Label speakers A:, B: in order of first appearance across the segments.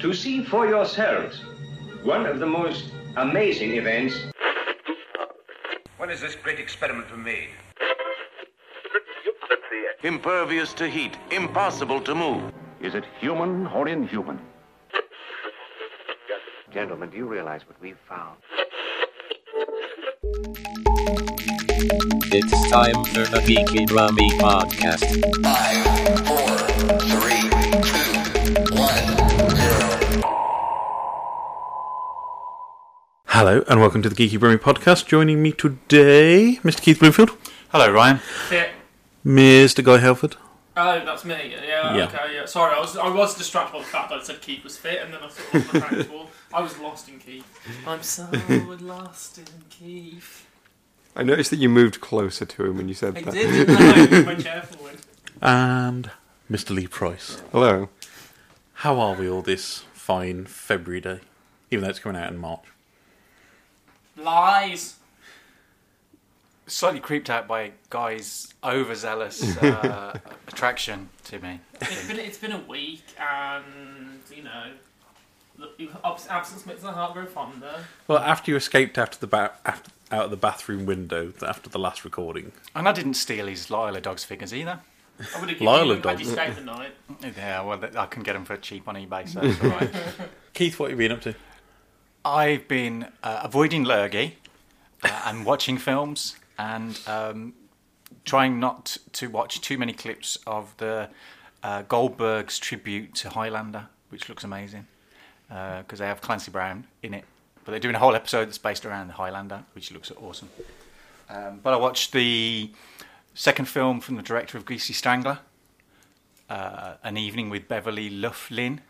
A: to see for yourselves one of the most amazing events.
B: When is this great experiment made?
C: Impervious to heat, impossible to move.
D: Is it human or inhuman?
E: Gentlemen, do you realize what we've found?
F: It's time for the Geeky Brummy Podcast.
G: Five, four, three, two, one, zero.
H: Hello and welcome to the Geeky Brewing Podcast. Joining me today, Mr. Keith Bloomfield,
I: Hello, Ryan.
J: Yeah.
H: Mr. Guy Helford,
J: Oh, that's me. Yeah,
H: Yeah.
J: Okay. Yeah. Sorry, I was I was distracted by the fact that I said Keith was fit, and then I "Oh, sort of looked around the wall. I was lost in Keith. I'm so lost in Keith.
K: I noticed that you moved closer to him when you said
J: I
K: that.
J: did. Didn't I? I moved my chair forward.
H: and Mr. Lee Price.
K: Hello.
H: How are we all this fine February day? Even though it's coming out in March.
J: Lies.
I: Slightly creeped out by Guy's overzealous uh, attraction to me.
J: It's been it's been a week, and you know, look, you- abs- absence makes the heart grow fonder.
H: Well, after you escaped after the ba- after, out of the bathroom window after the last recording,
I: And I didn't steal his Lila dogs figures either.
J: I would have
H: Lila
J: given you had you
H: dogs.
J: stayed the night.
I: Yeah, well, th- I can get them for cheap on eBay, so it's all right.
H: Keith, what have you been up to?
I: I've been uh, avoiding Lurgy uh, and watching films and um, trying not to watch too many clips of the uh, Goldberg's tribute to Highlander, which looks amazing because they have Clancy Brown in it. But they're doing a whole episode that's based around the Highlander, which looks awesome. Um, but I watched the second film from the director of Greasy Strangler, uh, An Evening with Beverly Loughlin,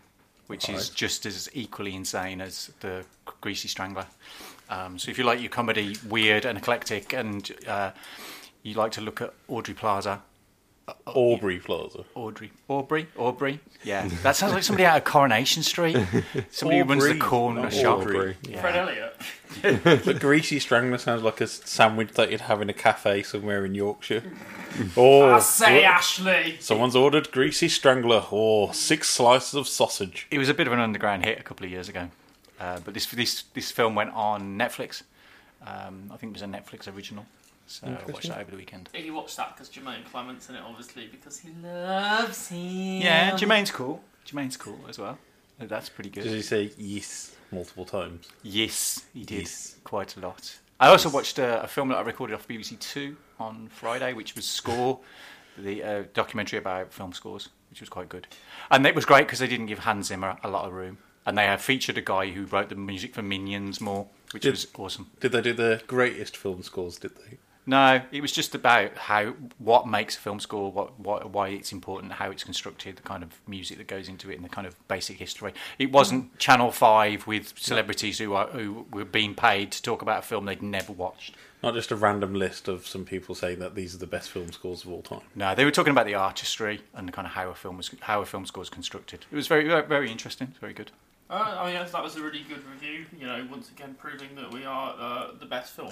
I: which is just as equally insane as the Greasy Strangler. Um, so if you like your comedy weird and eclectic, and uh, you like to look at Audrey Plaza, Oh,
H: Aubrey Plaza.
I: Audrey, Aubrey, Aubrey, yeah, that sounds like somebody out of Coronation Street. Somebody who runs the
H: Aubrey,
I: corner
H: not
I: shop.
H: Aubrey.
I: Yeah.
J: Fred Elliott.
H: The greasy strangler sounds like a s- sandwich that you'd have in a cafe somewhere in Yorkshire. Oh,
J: I say,
H: look,
J: Ashley.
H: someone's ordered greasy strangler or six slices of sausage.
I: It was a bit of an underground hit a couple of years ago, uh, but this this this film went on Netflix. Um, I think it was a Netflix original, so I watched that over the weekend.
J: He watched that because Jermaine Clement's in it, obviously, because he loves him.
I: Yeah, Jermaine's cool. Jermaine's cool as well. Uh, That's pretty good.
H: Did he say yes multiple times?
I: Yes, he did
H: Yes.
I: quite a lot. I also watched uh, a, a film that I recorded off BBC Two on Friday, which was Score, the uh, documentary about film scores, which was quite good. And it was great because they didn't give Hans Zimmer a lot of room, and they have featured a guy who wrote the music for Minions more, which
H: Did-
I: was awesome.
H: Did they do the greatest film scores? Did they?
I: No, it was just about how what makes a film score, what, what why it's important, how it's constructed, the kind of music that goes into it, and the kind of basic history. It wasn't Channel Five with celebrities who are who were being paid to talk about a film they'd never watched.
H: Not just a random list of some people saying that these are the best film scores of all time.
I: No, they were talking about the artistry and the kind of how a film was how a film score is constructed. It was very very, very interesting, very good.
J: Uh, I mean, that's- that was a really good review. You know, once again proving that we are uh, the best film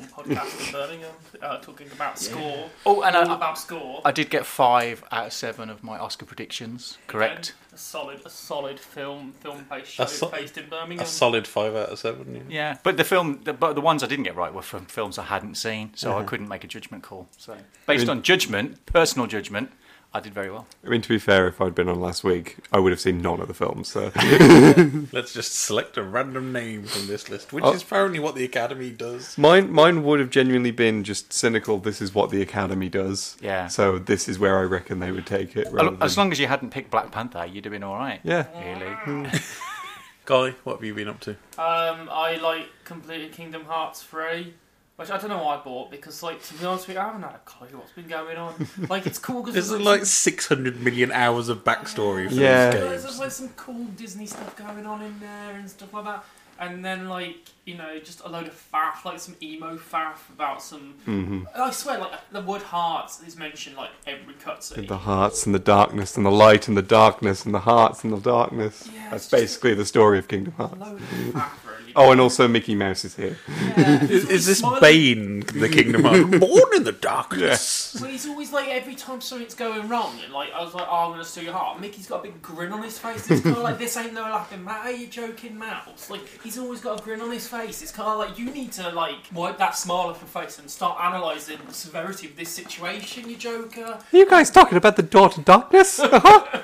J: podcast in Birmingham, uh, talking about score.
I: Oh,
H: Uh,
I: and
J: all
I: I-
J: about score.
I: I did get five out of seven of my Oscar predictions correct.
J: Again, A solid, a solid film, film-based show
H: A so-
J: based in Birmingham.
H: A solid five out of seven. Yeah.
I: Yeah, but the film, the, but the ones I didn't get right were from films I hadn't seen, so
K: Uh-huh.
I: I couldn't make a judgment call. So based on judgment, personal judgment, I did very well.
K: I mean, to be fair, if I'd been on last week, I would have seen none of the films. So
H: Let's just select a random name from this list, which
K: Oh.
H: is apparently what the Academy does.
K: mine, mine would have genuinely been just cynical. This is what the Academy does.
I: Yeah.
K: So this is where I reckon they would take it. rather
I: As
K: than-
I: long as you hadn't picked Black Panther, you'd have been all right.
K: yeah.
I: Really?
H: Guy, what have you been up to?
J: Um, I like completed Kingdom Hearts three, which I don't know why I bought because, like, to be honest with you, I haven't had a clue what's been going on. Like, it's cool because
H: There's like 600 million hours of backstory for
K: Yeah.
H: these
J: There's
H: games.
J: just like some cool Disney stuff going on in there and stuff like that. And then like you know, just a load of faff, like some emo faff about some.
K: Mhm.
J: I swear, like the word hearts is mentioned like every cutscene.
K: The hearts and the darkness and the light and the darkness and the hearts and the darkness.
J: Yeah,
K: That's
J: it's just
K: basically the story of Kingdom
J: load
K: Hearts.
J: of crap, really.
K: Oh, and also Mickey Mouse is here.
J: Yeah. Is- is this Smiling. Bane,
H: the Kingdom Hearts? Born in the darkness.
J: Well, he's always like every time something's going wrong, and like I was like, "Oh, I'm gonna steal your heart." Mickey's got a big grin on his face. It's kind of like this ain't no laughing matter. You joking, Mouse? Like he's always got a grin on his face. It's kind of like you need to like wipe that smile off your face and start analysing the severity of this situation. You Joker.
K: Are you guys talking about the door to darkness? Uh-huh.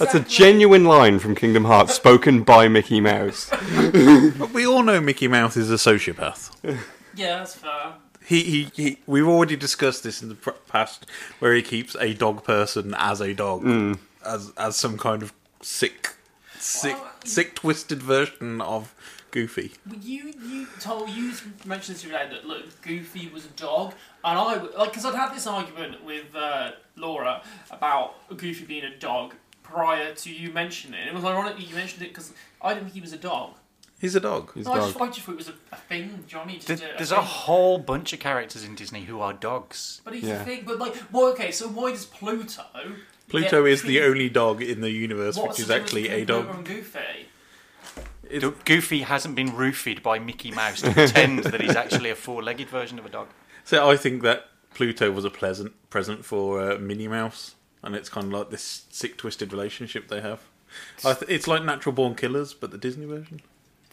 K: That's a genuine line from Kingdom Hearts spoken by Mickey Mouse.
H: But we all know Mickey Mouse is a sociopath.
J: Yeah, that's fair.
H: He, he, he, we've already discussed this in the pr- past, where he keeps a dog person as a dog,
K: Mm.
H: as as some kind of sick, sick,
J: Oh,
H: sick, twisted version of Goofy.
J: Well, You you told you mentioned this the other day that look Goofy was a dog, and I w- like because I'd had this argument with uh, Laura about Goofy being a dog prior to you mentioning it. It was ironic that you mentioned it because I didn't think he was a dog.
H: He's a dog.
J: No, I, just, I just thought it was a, a thing. Johnny just a,
I: There's
J: thing.
I: a whole bunch of characters in Disney who are dogs.
J: But he's a thing. But like, well, okay. So why does Pluto?
H: Pluto
J: get
H: is the
J: treated-
H: only dog in the universe
J: What's
H: which is
J: the
H: actually
J: difference
H: a
J: between
H: dog.
J: Pluto and Goofy.
I: Do- Goofy hasn't been roofied by Mickey Mouse to pretend that he's actually a four-legged version of a dog.
H: So I think that Pluto was a pleasant present for uh, Minnie Mouse, and it's kind of like this sick, twisted relationship they have. I th- it's like Natural Born Killers, but the Disney version.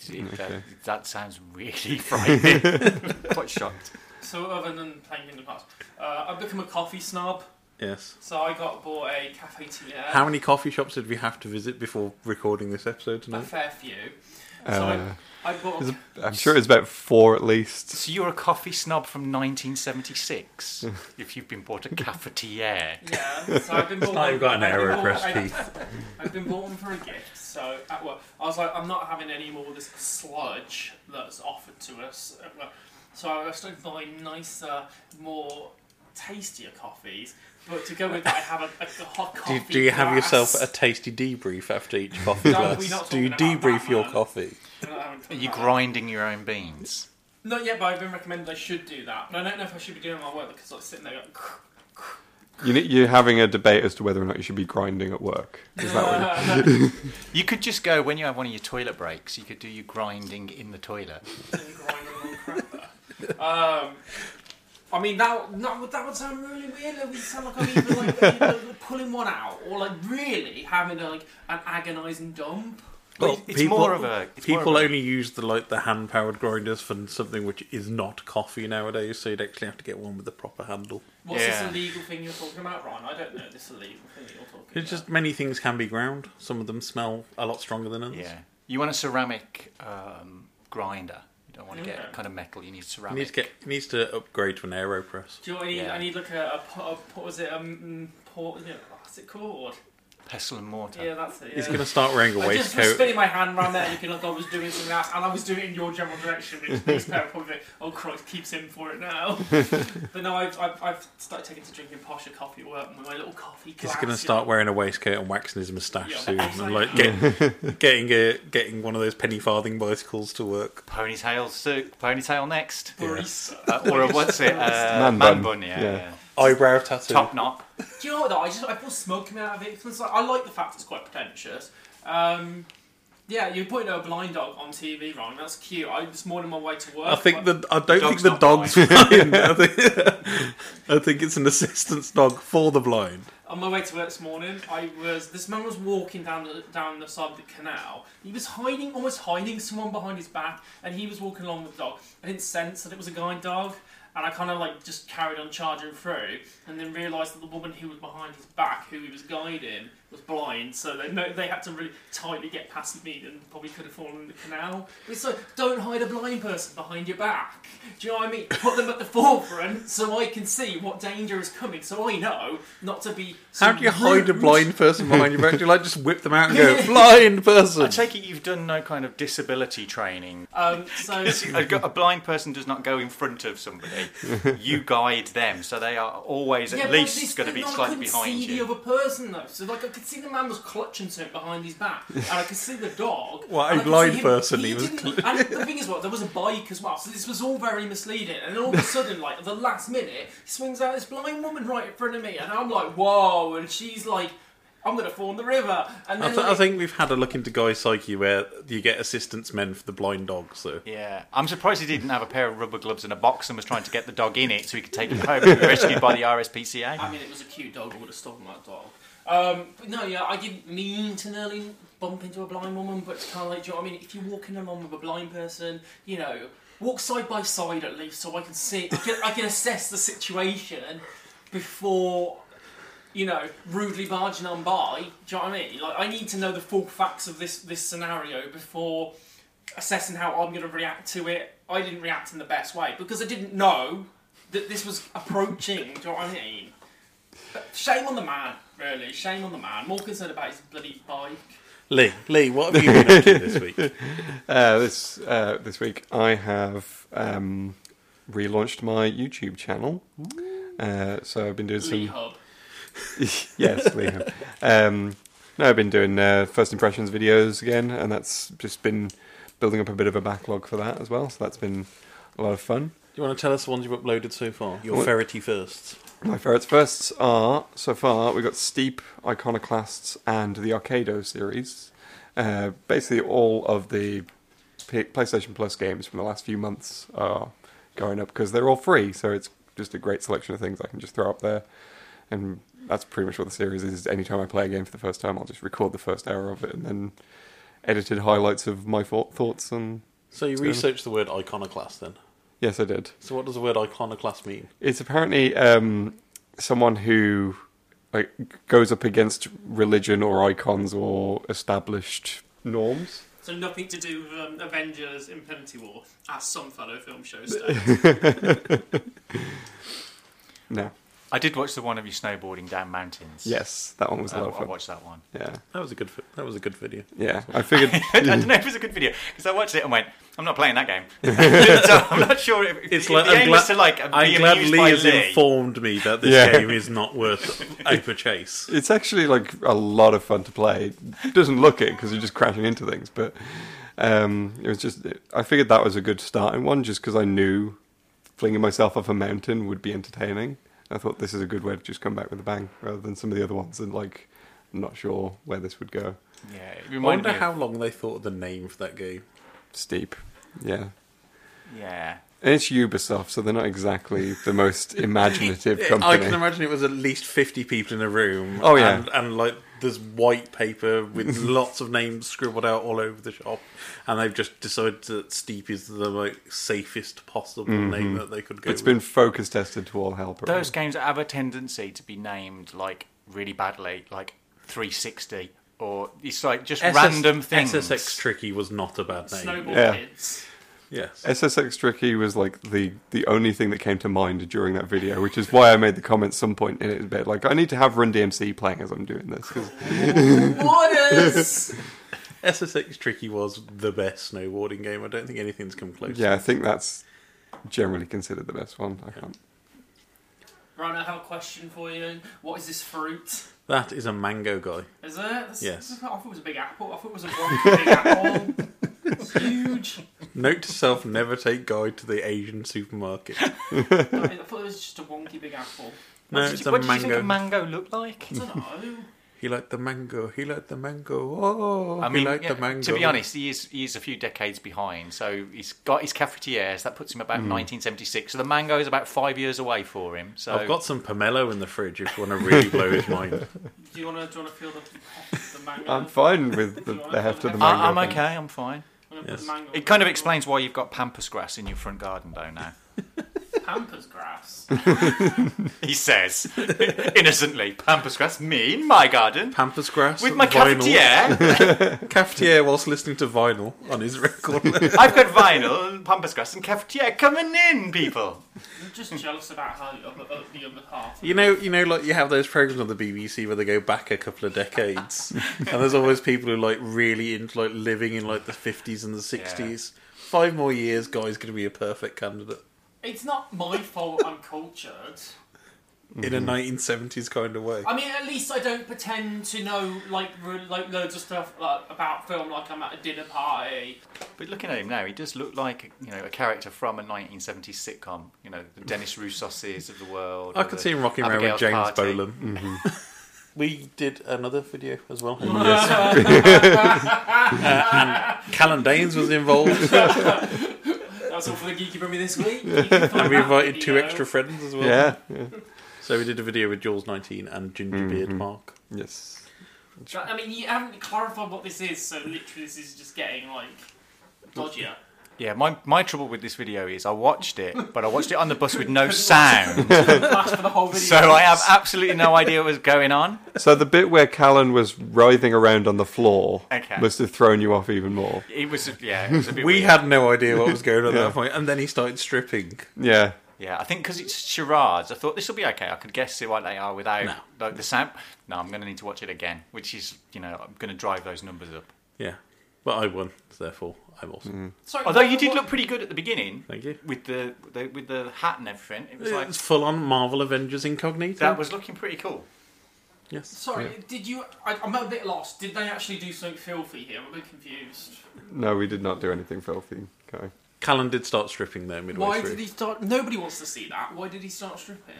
I: That, that sounds really frightening. Quite shocked.
J: So other than playing Kingdom Hearts, uh, I've become a coffee snob.
H: Yes.
J: So I got bought a cafe tea.
H: How many coffee shops did we have to visit before recording this episode
J: A
H: tonight?
J: fair few. So
K: Uh,
J: I, I bought.
K: it's- I'm sure it's about four at least.
I: So you're a coffee snob from 1976. if you've been bought a cafetiere.
J: Yeah, so I've been bought. one- I've been bought- I- I've been bought one for a gift. So at work, I was like, I'm not having any more of this sludge that's offered to us. at work. So I started buying nicer, more tastier coffees. But to go with that, I have a, a hot
H: Do,
J: coffee.
H: do you have
J: glass.
H: yourself a tasty debrief after each coffee
J: No, we're
H: glass?
J: not
H: Do you
J: talking about
H: debrief
J: that,
H: your
J: man.
H: coffee?
J: We're not having
I: Are
J: fun
I: you
J: about
I: grinding your own beans?
J: that. Not yet, but I've been recommended I should do that. But I don't know if I should be doing my work because I'm sitting there. Going,
K: You, ne- you're having a debate as to whether or not you should be grinding at work. Is that what you-
I: You could just go when you have one of your toilet breaks. You could do your grinding in the toilet.
J: Um, I mean that that would, that would sound really weird. It would sound like I'm even like, you know, like, pulling one out, or like really having like an agonising dump.
H: Well,
I: it's more of a- it's more
H: people
I: of a-
H: only use the like the hand powered grinders for something which is not coffee nowadays. So you'd actually have to get one with the proper handle.
J: What's this illegal thing you're talking about, Ryan? I don't know this illegal thing that you're talking.
H: It's just many things can be ground. Some of them smell a lot stronger than others.
I: Yeah. You want a ceramic um, grinder. You don't want to
J: Okay.
I: get kind of metal. You need
H: It
I: ceramic.
H: needs to get it needs to upgrade to an aeropress.
J: Do you know what I need?
I: Yeah.
J: I need like a, a, pot- a what was it? Um, port. You know, what's it called?
I: Pestle and mortar.
J: Yeah, that's it.
H: He's
J: yeah.
H: gonna start wearing a
J: I just was
H: waistcoat.
J: spinning my hand around there, looking like I was doing something else, and I was doing it in your general direction, which makes Claire probably think, oh, Christ, keeps him for it now. but no, I've, I've, I've started taking to drinking posher coffee at work with my little coffee glass.
H: He's going
J: you
H: to start
J: know.
H: wearing a waistcoat and waxing his moustache
J: Yeah,
H: soon,
J: that's
H: and
J: like-
H: like get, getting a, getting one of those penny farthing bicycles to work.
I: Ponytail soup. Ponytail next.
J: Barista.
I: Uh, or a, what's it? Uh,
K: Man
I: man,
K: bun.
I: bun. Yeah.
K: Yeah.
I: yeah.
H: Eyebrow tattoo.
I: Top knot.
J: Do you know what, though? I just I feel smoke coming out of it. 'cause It's like, I like the fact it's quite pretentious. Um, yeah, you're putting a blind dog on TV, Ryan. That's cute. I this morning on my way to work.
H: I think
J: like-
H: the I don't think
I: dog's
H: the
I: not
H: dog's blind. I think, I think it's an assistance dog for the blind.
J: On my way to work this morning, I was this man was walking down the down the side of the canal. He was hiding, almost hiding someone behind his back, and he was walking along with the dog. I didn't sense that it was a guide dog, and I kind of like just carried on charging through, and then realised that the woman who was behind his back, who he was guiding, was blind. So they no, they had to really tightly get past me, and probably could have fallen in the canal. It's like don't hide a blind person behind your back. Do you know what I mean? Put them at the forefront so I can see what danger is coming, so I know not to be.
H: How
J: some
H: do you hide a
J: rude-
H: blind person behind your back? Do you like just whip them out and go blind
I: I
H: person?
I: take it you've done no kind of disability training.
J: Um, so
I: a, a blind person does not go in front of somebody. You guide them, so they are always
J: Yeah,
I: at
J: but
I: least
J: this-
I: going to be
J: no, I
I: slightly
J: couldn't
I: behind
J: see
I: you.
J: the other person though, so like I could could see the man was clutching something behind his back, and I could see the dog.
H: Well, a
J: and I could
H: blind
J: see him-
H: person, he was
J: didn't-
H: clutching.
J: And the thing is, what there was a bike as well, so this was all very misleading. And then all of a sudden, like at the last minute, he swings out this blind woman right in front of me, and I'm like, whoa! And she's like, I'm gonna fall in the river. And
H: I,
J: then
H: th- I
J: like,
H: think we've had a look into Guy's psyche where you get assistance men for the blind dog. So
I: Yeah, I'm surprised he didn't have a pair of rubber gloves and a box and was trying to get the dog in it so he could take it home and be rescued by the RSPCA.
J: I mean, it was a cute dog. I would have stolen that dog. Um, but no, yeah, I didn't mean to nearly bump into a blind woman, but it's kind of like, do you know what I mean? If you're walking along with a blind person, you know, walk side by side at least, so I can see, I can, I can assess the situation before, you know, rudely barging on by. Do you know what I mean? Like, I need to know the full facts of this this scenario before assessing how I'm going to react to it. I didn't react in the best way because I didn't know that this was approaching. do you know what I mean? Shame on the man, really. Shame on the man. More concerned about his bloody bike.
H: Lee, Lee, what have you been up to this week?
K: Uh, this uh, this week, I have um, relaunched my YouTube channel. Uh, so I've been doing
J: Lee
K: some
J: Hub.
K: yes, Liam. Um, no, I've been doing uh, first impressions videos again, and that's just been building up a bit of a backlog for that as well. So that's been a lot of fun.
H: Do you want to tell us the ones you've uploaded so far? Your
K: Well-
H: ferrety firsts.
K: My favourites firsts are so far we've got Steep, Iconoclasts, and the Arcado series. Uh, basically, all of the P- PlayStation Plus games from the last few months are going up because they're all free, so it's just a great selection of things I can just throw up there. And that's pretty much what the series is. Anytime I play a game for the first time, I'll just record the first hour of it and then edited highlights of my thou- thoughts. And
H: So you
K: So-
H: researched the word iconoclast then.
K: yes, I did.
H: So what does the word iconoclast mean?
K: It's apparently um, someone who like goes up against religion or icons or established norms.
J: So nothing to do with um, Avengers Infinity War, as some fellow film show states.
K: No.
I: I did watch the one of you snowboarding down mountains.
K: Yes, that one was a
I: I,
K: lot of
I: Oh, I
K: fun.
I: watched that one.
K: Yeah,
H: That was a good. fi- That was a good video.
K: yeah. I figured.
I: I don't know if it's a good video because I watched it and went, "I'm not playing that game." so I'm not sure if,
H: It's
I: if
H: like
I: the
H: I'm
I: aim
H: glad,
I: is to like be
H: I'm glad
I: amused
H: Lee
I: by
H: has
I: Lee.
H: informed me that this
K: Yeah.
H: game is not worth a purchase.
K: It's actually like a lot of fun to play. It doesn't look it because you're just crashing into things, but um, it was just. I figured that was a good starting one, just because I knew flinging myself off a mountain would be entertaining. I thought this is a good way to just come back with a bang, rather than some of the other ones and like, I'm not sure where this would go.
I: Yeah, it
H: I
I: reminded
H: wonder
I: me. of-
H: how long they thought of the name for that game.
K: Steep, yeah.
I: Yeah,
K: And it's Ubisoft, so they're not exactly the most imaginative
H: I
K: company.
H: can imagine it was at least fifty people in a room.
K: Oh, yeah.
H: and, and like there's white paper with lots of names scribbled out all over the shop, and they've just decided that Steep is the like safest possible name that they could go.
K: Mm-hmm. it's
H: with.
K: been focus tested to all hell. probably.
I: those games have a tendency to be named like really badly, like 360, or it's like just
H: SS
I: random things.
H: SSX Tricky was not a bad name.
J: Snowball
K: Yeah.
J: kids.
H: Yes.
K: SSX Tricky was like the the only thing that came to mind during that video, which is why I made the comment some point in it a bit like I need to have Run DMC playing as I'm doing this. 'cause-
J: Waters!
H: SSX Tricky was the best snowboarding game. I don't think anything's come close.
K: yeah, I think that's generally considered the best one. I can't.
J: Right, I have a question for you. What is this fruit?
H: That is a mango guy.
J: Is it? That's-
H: Yes.
J: I thought it was a big apple. I thought it was a big apple. It's huge.
H: Note to self never take guy to the Asian supermarket.
J: I thought it was just a wonky big apple.
H: No,
I: What did,
H: it's
I: you,
H: a
I: what did you think
H: mango.
I: a mango looked like?
J: I don't know.
H: He liked the mango. He liked the mango. Oh,
I: I mean,
H: he liked
I: yeah,
H: the mango.
I: to be honest, he is he is a few decades behind. So he's got his cafetières. That puts him
H: Hmm.
I: about 1976. So the mango is about five years away for him. So
H: I've got some pomelo in the fridge if you want to really blow his mind.
J: Do you want to, do you want to feel the, the mango?
K: I'm fine with the, the heft of the mango.
I: I, am
K: thing.
I: okay. I'm fine.
J: I'm gonna put
H: Yes.
J: the mango
I: It kind of
J: in.
I: explains why you've got pampas grass in your front garden, though. Now
J: Pampas grass.
I: he says innocently, pampas grass, me in my garden
H: Pampas grass.
I: with my
H: vinyl.
I: cafetiere.
H: Cafetiere whilst listening to vinyl on his record.
I: I've got vinyl, and pampas grass, and cafetiere coming in, people.
J: I'm just jealous about how the other, uh, the other half.
H: you know, you know, like you have those programs on the BBC where they go back a couple of decades, and there's always people who like really into like living in like the 50s and the 60s. Five more years, guy's going to be a perfect candidate.
J: It's not my fault I'm cultured.
H: in a 1970s kind of way.
J: I mean, at least I don't pretend to know like re- like loads of stuff like, about film like I'm at a dinner party.
I: But looking at him now, he does look like you know a character from a 1970s sitcom. You know, the Dennis Rusosses of the world.
H: I
I: or
H: could
I: the
H: see him rocking around with
I: Abigail's
H: James
I: Party.
H: Bolam. We did another video as well. Uh, and Callan Danes was involved,
J: That's all for the geeky me this week. You can find
H: and we
J: that
H: invited two
J: video.
H: extra friends as well.
K: Yeah. yeah.
H: So we did a video with Jules 19 and Ginger Beard Mark.
K: Yes.
J: That- I mean, you haven't clarified what this is, so literally this is just getting like dodgier.
I: Yeah, my, my trouble with this video is I watched it, but I watched it on the bus with no sound,
J: Flash for the whole video.
I: so I have absolutely no idea what was going on.
K: So the bit where Callan was writhing around on the floor
I: Okay.
K: must have thrown you off even more.
I: It was yeah, it was a bit
H: We
I: weird.
H: had no idea what was going on at
K: Yeah.
H: that point, and then he started stripping.
K: Yeah.
I: yeah. I think because it's charades, I thought this will be okay. I could guess it what they are without
H: No.
I: like, the sound. No, I'm going to need to watch it again, which is you know I'm going to drive those numbers up.
H: Yeah, but I won, therefore I'm awesome.
J: Sorry,
I: Although
J: what-
I: you did
J: what-
I: look pretty good at the beginning
H: Thank you.
I: with the, the with the hat and everything. It was like
H: It's full on Marvel Avengers Incognito.
I: that was looking pretty cool.
H: yes.
J: Sorry, did you? I, I'm a bit lost. Did they actually do something filthy here? I'm a bit confused.
K: No, we did not do anything filthy. Okay.
H: Callan did start stripping there midway
J: Why
H: through.
J: did he start? Nobody wants to see that. Why did he start stripping?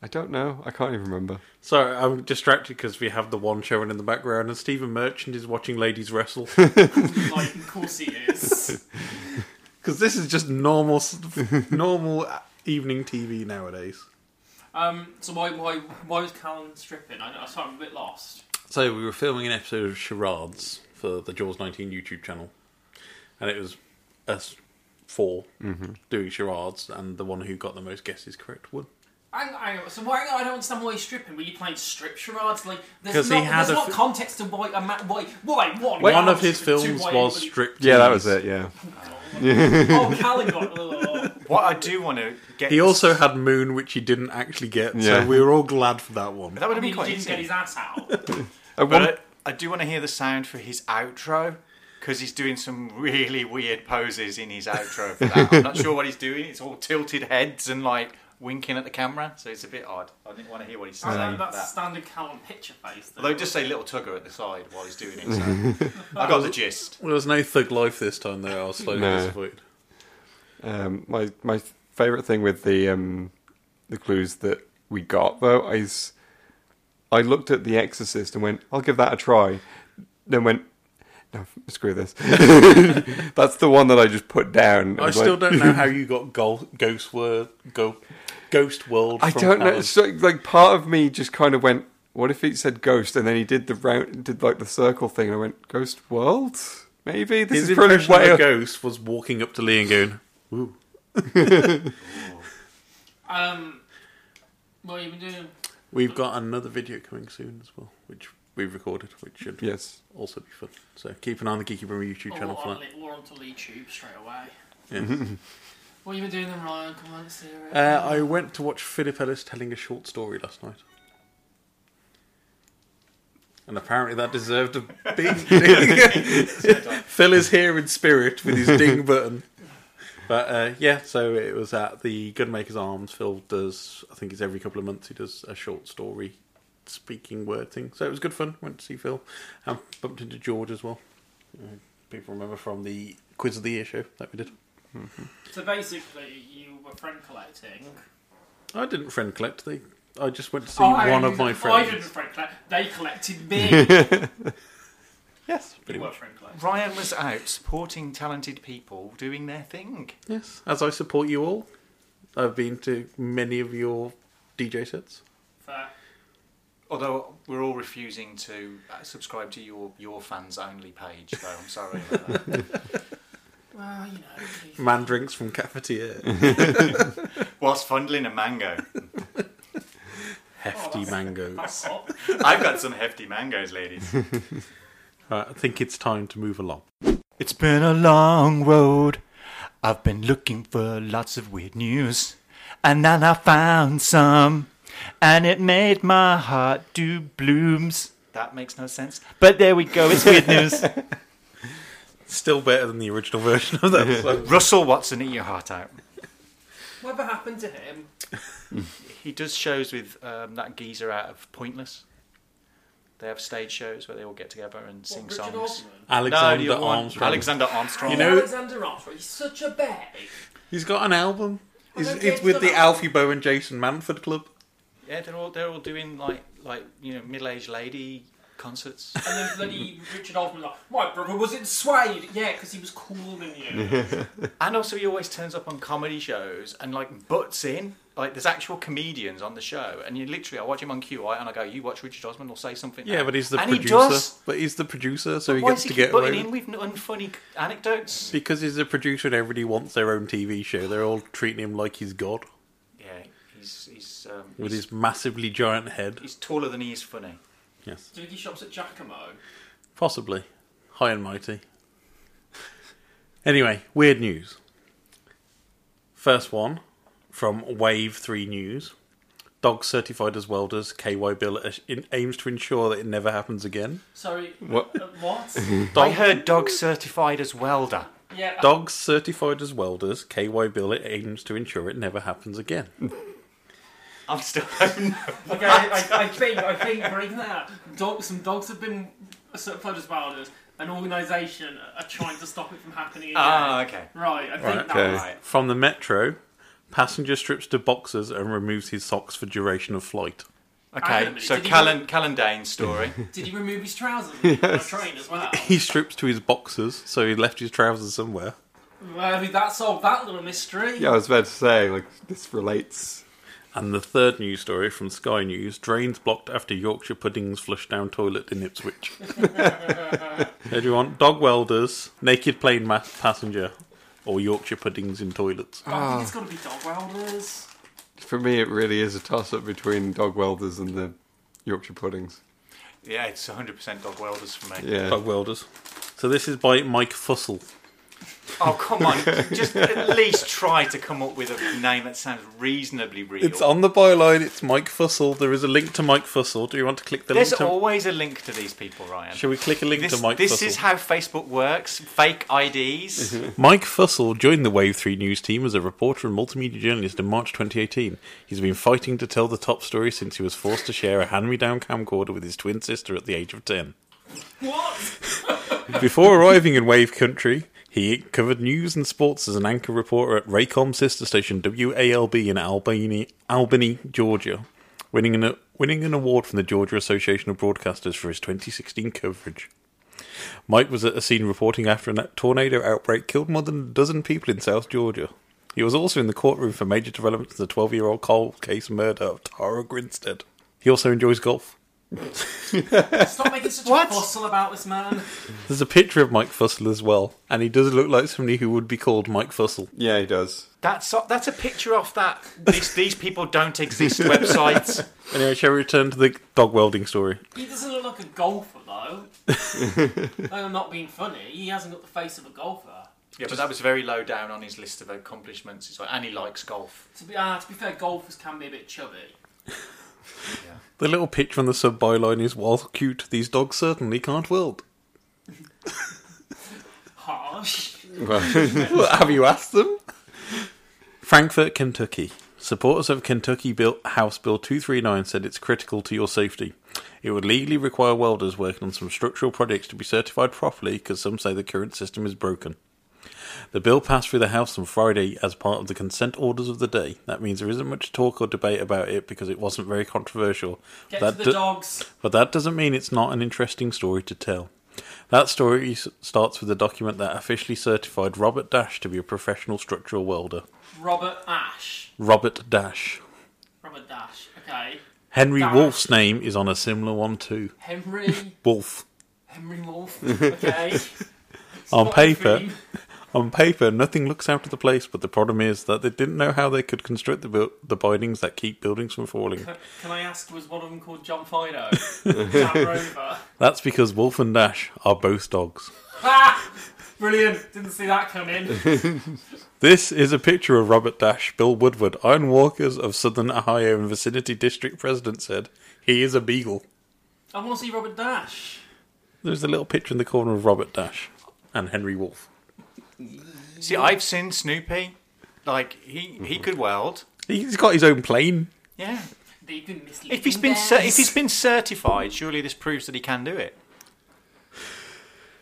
K: I don't know. I can't even remember.
H: Sorry, I'm distracted because we have the one showing in the background, and Stephen Merchant is watching ladies wrestle.
J: Like, of course he is.
H: Because this is just normal, s- normal uh, evening TV nowadays.
J: Um, so why why why was Callan stripping? I, know- sorry, I'm a bit lost.
H: So we were filming an episode of charades for the Jaws 19 YouTube channel, and it was us 4
K: Mm-hmm.
H: doing charades, and the one who got the most guesses correct won.
J: Hang, hang on. So why? I don't understand why he's stripping. Were you playing strip charades? Like,
H: 'Cause
J: there's
H: he
J: not,
H: had
J: there's
H: a
J: not
H: f-
J: context to why a man. Why? Why? One.
H: one of his
J: Two,
H: films
J: why
H: was
J: anybody-
H: stripped.
K: Yeah, that was it. Yeah.
J: Oh, Callan got. oh.
I: What I do want to get
H: He also had Moon, which he didn't actually get,
K: Yeah.
H: so we were all glad for that one.
I: that would
J: I
I: have
J: mean,
I: been
J: he
I: quite
J: didn't
I: easy.
J: get his ass out.
K: I want-
I: But I do want to hear the sound for his outro because he's doing some really weird poses in his outro for that. I'm not sure what he's doing. It's all tilted heads and like winking at the camera, so it's a bit odd. I didn't want to hear what he's saying.
J: That-
I: for
J: that's
I: that.
J: standard Callan picture face. though.
I: Although just say little tugger at the side while he's doing it. So I got the gist.
H: Well, there was no Thug Life this time, though. I was slightly
K: No.
H: disappointed.
K: Um, my my favorite thing with the um, the clues that we got though is I looked at The Exorcist and went, "I'll give that a try," then went, "No, f- screw this." That's the one that I just put down.
H: I still don't know how you got Gol- Ghost Word, Go- Ghost World.
K: I
H: from
K: don't know.
H: Alan.
K: It's like, like part of me just kind of went, "What if he said ghost?" And then he did the round, did like the circle thing, and I went, "Ghost world." Maybe this
H: His
K: is probably
H: impression
K: way
H: of a
K: off.
H: ghost was walking up to Lee and going, "Ooh."
J: Um, what have you been doing?
H: We've got another video coming soon as well, which we've recorded, which should
K: Yes.
H: also be fun. So keep an eye on the Geeky Boomer YouTube
J: Or
H: channel
J: on,
H: for that.
J: Li- or onto YouTube straight away.
H: Yeah.
J: What have you been doing then, Ryan? Come on, let's see it.
H: Uh, I went to watch Philip Ellis telling a short story last night. And apparently that deserved a big ding. Phil is here in spirit with his ding button. But uh, yeah, so it was at the Gunmaker's Arms. Phil does, I think it's every couple of months, he does a short story speaking word thing. So it was good fun. Went to see Phil and bumped into George as well. Uh, People remember from the Quiz of the Year show that we did.
J: So basically, you were friend collecting.
H: I didn't friend collect. They, I just went to see
J: Oh,
H: one
J: I
H: of
J: didn't-
H: my
J: I didn't
H: friends.
J: friend collect. They collected me. you
H: Yes, pretty
J: were
H: much.
J: friend collecting.
I: Ryan was out supporting talented people doing their thing.
H: Yes, as I support you all, I've been to many of your DJ sets.
J: Fair.
I: Although we're all refusing to uh, subscribe to your your fans only page, so I'm sorry. About that.
J: Well, you know.
H: Man drinks from
I: Oh,
H: cafetiere.
I: Whilst fondling a mango.
H: Hefty mangoes.
J: That's hot.
I: I've got some hefty mangoes, ladies.
H: Right, I think it's time to move along.
I: It's been a long road. I've been looking for lots of weird news. And then I found some. And it made my heart do blooms. That makes no sense. But there we go, it's weird news.
H: Still better than the original version of that. so-
I: Russell Watson, eat your heart out.
J: Whatever happened to him?
I: he does shows with um, that geezer out of Pointless. They have stage shows where they all get together and sing
J: Richard
I: songs.
J: Osman?
H: Alexander
I: the other one,
H: Armstrong.
I: Alexander Armstrong.
H: You know-
J: Alexander Armstrong, he's such a babe.
H: He's got an album.
J: I
H: It's,
J: don't
H: it's
J: get
H: with
J: that.
H: the Alfie Bow and Jason Manford Club.
I: Yeah, they're all they're all doing like like you know middle aged lady concerts.
J: And then bloody Richard Osman, like, my brother was in Suede. Yeah, because he was cooler than you.
I: And also, he always turns up on comedy shows and like butts in. Like there's actual comedians on the show, and you literally I watch him on QI and I go, "You watch Richard Osman, or say something."
H: Yeah,
I: now."
H: but he's the
I: and
H: producer.
I: He does.
H: But he's the producer, so he
I: Why
H: gets
I: does he
H: to
I: keep
H: get away.
I: butting in with unfunny anecdotes?
H: Because he's a producer and everybody wants their own TV show. They're all treating him like he's God
I: Yeah, he's he's um,
H: with
I: he's,
H: his massively giant head.
I: he's taller than he is funny.
H: Yes.
J: Did he shops at Giacomo?
H: Possibly. High and mighty. Anyway, weird news. First one from Wave 3 News. Dogs certified as welders, KY Bill as- in- aims to ensure that it never happens again.
J: Sorry,
K: What?
J: uh, what?
I: I heard dog certified as welder.
J: yeah, that-
H: Dogs certified as welders, KY Bill aims to ensure it never happens again.
I: I'm still having
J: Okay, I, I, I think I think breaking that out. Dogs, some dogs have been certified as wilders. An organisation are trying to stop it from happening again.
I: Ah, okay.
J: Right, I think
H: Right,
J: that
K: okay.
J: was.
H: From the metro, passenger strips to boxers and removes his socks for duration of flight.
J: Hang on a
I: Okay,
J: minute,
I: so
J: did he-
I: Callan Callan Dane's story.
J: Did he remove his trousers yes. on the train as well?
H: He strips to his boxers, so he left his trousers somewhere.
J: well, I mean, that solved that little mystery.
K: Yeah, I was about to say, like, this relates.
H: And the third news story from Sky News drains blocked after Yorkshire puddings flushed down toilet in Ipswich. Everyone, dog welders, naked plane ma- passenger, or Yorkshire puddings in toilets.
J: I think it's got to be dog welders.
K: For me, it really is a toss up between dog welders and the Yorkshire puddings.
I: yeah, it's 100% dog welders for me.
K: Yeah.
H: Dog welders. So this is by Mike Fussell.
I: Oh come on! Just at least try to come up with a name that sounds reasonably real.
H: It's on the byline. It's Mike Fussell. There is a link to Mike Fussell. Do you want to click the
I: There's
H: link? To-
I: always a link to these people, Ryan.
H: Shall we click a link
I: this
H: to Mike
I: this
H: Fussell?
I: is how Facebook works. Fake IDs.
H: Mike Fussell joined the Wave 3 news team as a reporter and multimedia journalist in March 2018. He's been fighting to tell the top story since he was forced to share a hand me down camcorder with his twin sister at the age of 10.
J: What?
H: Before arriving in Wave Country, he covered news and sports as an anchor reporter at Raycom sister station WALB in Albany, Albany, Georgia, winning an, winning an award from the Georgia Association of Broadcasters for his 2016 coverage. Mike was at the scene reporting after a tornado outbreak killed more than a dozen people in South Georgia. He was also in the courtroom for major developments in the 12 year old cold case murder of Tara Grinstead. He also enjoys golf.
J: Stop making such
I: What?
J: a bustle about this man.
H: There's a picture of Mike Fussell as well, and he does look like somebody who would be called Mike Fussell.
K: Yeah, he does.
I: That's a, that's a picture off that. These, these people don't exist websites.
H: Anyway, shall we return to the dog welding story?
J: He doesn't look like a golfer though. I'm not being funny. He hasn't got the face of a golfer.
I: Yeah, but that was very low down on his list of accomplishments. It's like, and he likes golf.
J: To be uh, to be fair, golfers can be a bit chubby.
H: The little picture on the sub byline is while cute, these dogs certainly can't weld.
J: Harsh.
H: Well, have you asked them? Frankfurt, Kentucky. Supporters of Kentucky Bill, House Bill 239 said it's critical to your safety. It would legally require welders working on some structural projects to be certified properly because some say the current system is broken. The bill passed through the House on Friday as part of the consent orders of the day. That means there isn't much talk or debate about it because it wasn't very controversial.
J: Get
H: That
J: to the
H: do-
J: dogs.
H: but that doesn't mean it's not an interesting story to tell. That story s- starts with a document that officially certified Robert Dash to be a professional structural welder.
J: Robert Ash.
H: Robert Dash.
J: Robert Dash. Okay.
H: Henry
J: Dash.
H: Wolf's name is on a similar one too.
J: Henry.
H: Wolf.
J: Henry Wolf. Okay.
H: On
J: Spotted
H: paper,
J: theme.
H: on paper, nothing looks out of the place, but the problem is that they didn't know how they could construct the buil- the bindings that keep buildings from falling.
J: Can, can I ask, was one of them called John Fido? Jack Rover.
H: That's because Wolf and Dash are both dogs.
J: Ah! Brilliant. Didn't see that coming.
H: This is a picture of Robert Dash, Bill Woodward, Iron Walkers of Southern Ohio and Vicinity District President said he is a beagle.
J: I want to see Robert Dash.
H: There's a little picture in the corner of Robert Dash and Henry Wolf. Mhm.
I: See, I've seen Snoopy. Like he he could weld.
H: He's got his own plane.
I: Yeah.
J: They've been misleading
I: If he's been
J: bears.
I: cer- if he's been certified, surely this proves that he can do it.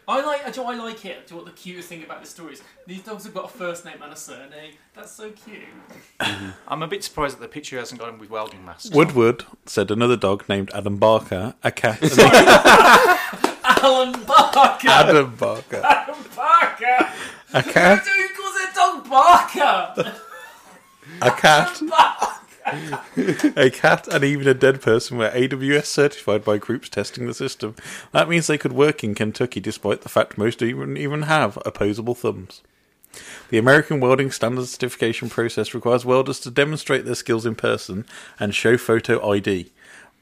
J: I like. Do you know what I like it? Do you know what the cutest thing about this story is? These dogs have got a first name and a surname. That's so cute.
I: I'm a bit surprised that the picture hasn't got him with welding masks.
H: Woodward said another dog named Adam Barker. A cat.
J: Alan Barker.
H: Adam Barker.
J: Alan Barker.
H: A cat.
J: Who calls their dog Barker?
H: A cat.
J: Barker.
H: A cat and even a dead person were AWS certified by groups testing the system. That means they could work in Kentucky despite the fact most even even have opposable thumbs. The American Welding Standard Certification process requires welders to demonstrate their skills in person and show photo ID.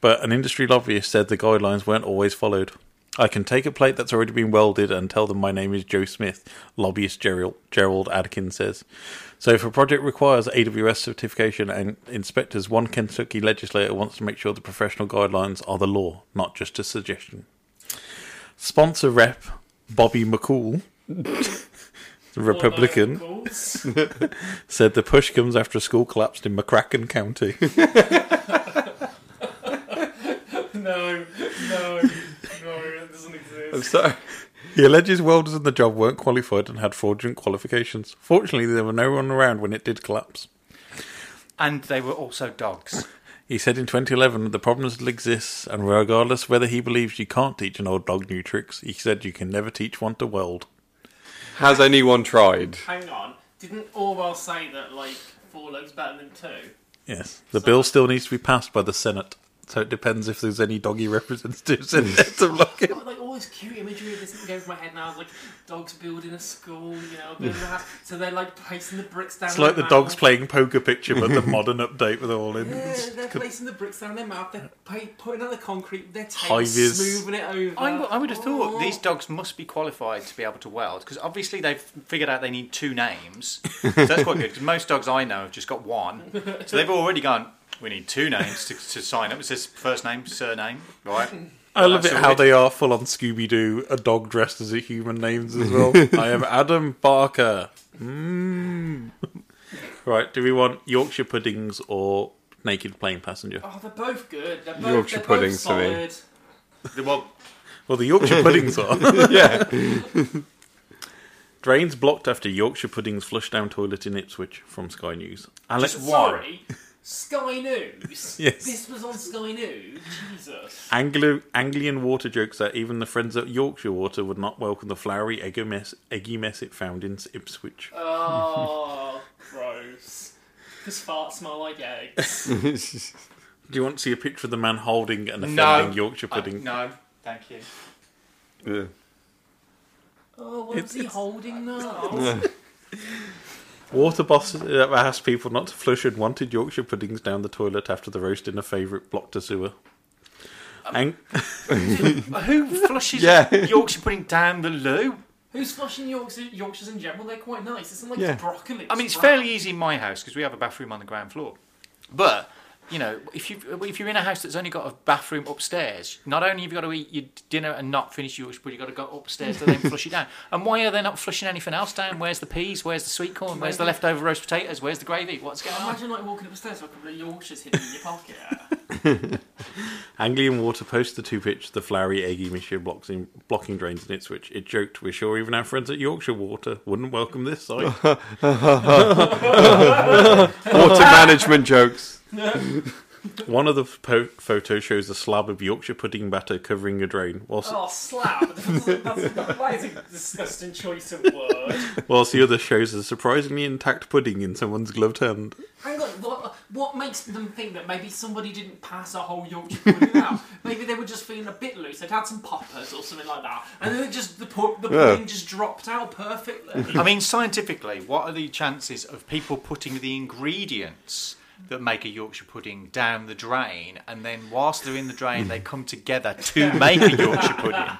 H: But an industry lobbyist said the guidelines weren't always followed. I can take a plate that's already been welded and tell them my name is Joe Smith, lobbyist Gerald, Gerald Adkins says. So if a project requires AWS certification and inspectors, one Kentucky legislator wants to make sure the professional guidelines are the law, not just a suggestion. Sponsor rep Bobby McCool, the Republican,
J: Calls.
H: said the push comes after a school collapsed in McCracken County.
J: No, no, no, it doesn't exist.
K: I'm sorry.
H: he alleges welders on the job weren't qualified and had fraudulent qualifications. Fortunately, there were no one around when it did collapse.
I: And they were also dogs.
H: He said in 2011 the problem still exists, and regardless whether he believes you can't teach an old dog new tricks, he said you can never teach one to weld.
K: Has anyone tried?
J: Hang on. Didn't Orwell say that like four legs better than two?
H: Yes, the bill still needs to be passed by the Senate, so it depends if there's any doggy representatives in there to look at.
J: But, like all this cute imagery of this thing going through my head now. It's like dogs building a school, you know, building a house. So they're like placing the bricks down.
H: It's
J: their
H: like the
J: mouth.
H: dogs playing poker picture, but the modern update with all in.
J: Yeah,
H: It's
J: they're
H: good.
J: placing the bricks down their mouth. They're pa- putting on the concrete. They're
H: High-vis.
J: smoothing it over.
I: I, w- I would have
J: Oh.
I: thought these dogs must be qualified to be able to weld because obviously they've figured out they need two names. So that's quite good because most dogs I know have just got one. So they've already gone. We need two names to, to sign up. It says first name, surname, right?
H: I love it
I: so
H: how
I: it-
H: they are full on Scooby Doo, a dog dressed as a human names as well. I am Adam Barker. Mm. Right, do we want Yorkshire puddings or naked plane passenger?
J: Oh, they're both good. They're both,
K: Yorkshire
J: they're both
K: puddings to me.
J: solid.
I: Well,
H: Well, the Yorkshire puddings are.
K: yeah.
H: Drains blocked after Yorkshire puddings flush down toilet in Ipswich from Sky News. Alex,
I: Just one.
J: Sorry, Sky News.
H: Yes.
J: This was on Sky News. Jesus.
H: Anglo- Anglian water jokes that even the friends at Yorkshire Water would not welcome the flowery eggy mess, eggy mess it found in Ipswich.
J: Oh, gross. Because farts smell like eggs.
H: Do you want to see a picture of the man holding an offending
I: no.
H: Yorkshire
I: I-
H: pudding?
I: no, thank you.
K: Yeah.
J: Oh, what was he holding now?
H: Water boss that asked people not to flush had wanted Yorkshire puddings down the toilet after the roast in a favourite block to sewer. Ang-
I: Who flushes
K: Yeah.
I: Yorkshire pudding down the loo?
J: Who's flushing Yorkshire, Yorkshires in general? They're quite nice. It's not like
K: Yeah.
J: it's broccoli.
I: I mean, it's
J: brown.
I: fairly easy in my house because we have a bathroom on the ground floor. But you know, if you if you're in a house that's only got a bathroom upstairs, not only have you got to eat your dinner and not finish your but you've got to go upstairs to then flush it down. And why are they not flushing anything else down? Where's the peas? Where's the sweet corn? Where's the leftover roast potatoes? Where's the gravy? What's going on?
J: Imagine like walking upstairs with a couple of Yorkshires hidden in your pocket.
H: Anglian Water posted the two pitch the flowery eggy mixture blocks in, blocking drains in Ipswich. It joked, "We're sure even our friends at Yorkshire Water wouldn't welcome this site."
K: Water management jokes.
H: One of the po- photos shows a slab of Yorkshire pudding batter covering a drain, whilst,
J: oh, slab. That's, that's, that is a disgusting choice of word.
H: whilst the other shows a surprisingly intact pudding in someone's gloved hand.
J: Hang on, what, what makes them think that maybe somebody didn't pass a whole Yorkshire pudding out? Maybe they were just feeling a bit loose. They'd had some poppers or something like that, and then it just the, pu- the pudding just dropped out perfectly.
I: I mean, scientifically, what are the chances of people putting the ingredients that make a Yorkshire pudding down the drain, and then whilst they're in the drain, they come together to make a Yorkshire pudding?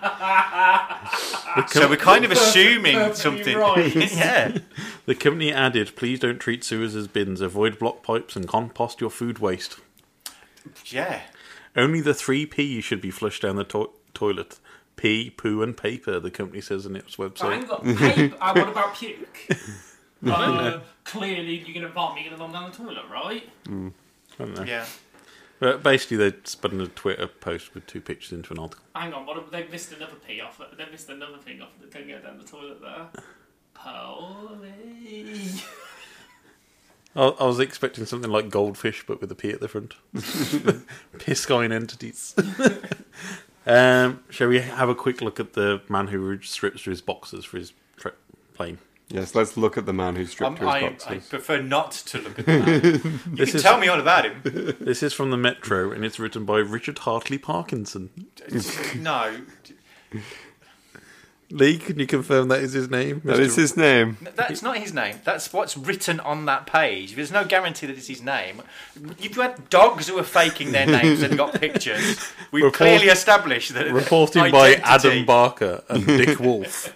I: so we're kind of assuming something.
J: right.
I: yeah.
H: The company added, "Please don't treat sewers as bins. Avoid block pipes and compost your food waste."
I: Yeah.
H: Only the three P should be flushed down the to- toilet. Pee, poo, and paper. The company says in its website.
J: Hang on, paper. uh, what about puke? oh, clearly you're going to vomit, you're going to vomit down the toilet, right?
H: Mm. I don't know.
J: Yeah.
H: But basically, they spun a Twitter post with two pictures into an article.
J: Hang on, what, they've missed another pee off. They've missed another thing off that can go down the toilet there. Polly.
H: I, I was expecting something like goldfish, but with a P at the front. Piscine entities. um, shall we have a quick look at the man who strips through his boxers for his tra- plane?
K: Yes, let's look at the man who stripped her
I: Um, I,
K: boxes.
I: I prefer not to look at that. you
H: This
I: can
H: is-
I: tell me all about him.
H: This is from the Metro, and it's written by Richard Hartley Parkinson.
I: No,
H: Lee, can you confirm that is his name?
K: That is his name.
I: No, That's not his name. That's what's written on that page. There's no guarantee that it's his name. You've had dogs who are faking their names and got pictures. We've
H: Report-
I: clearly established that.
H: Reporting by
I: identity-
H: Adam Barker and Dick Wolf.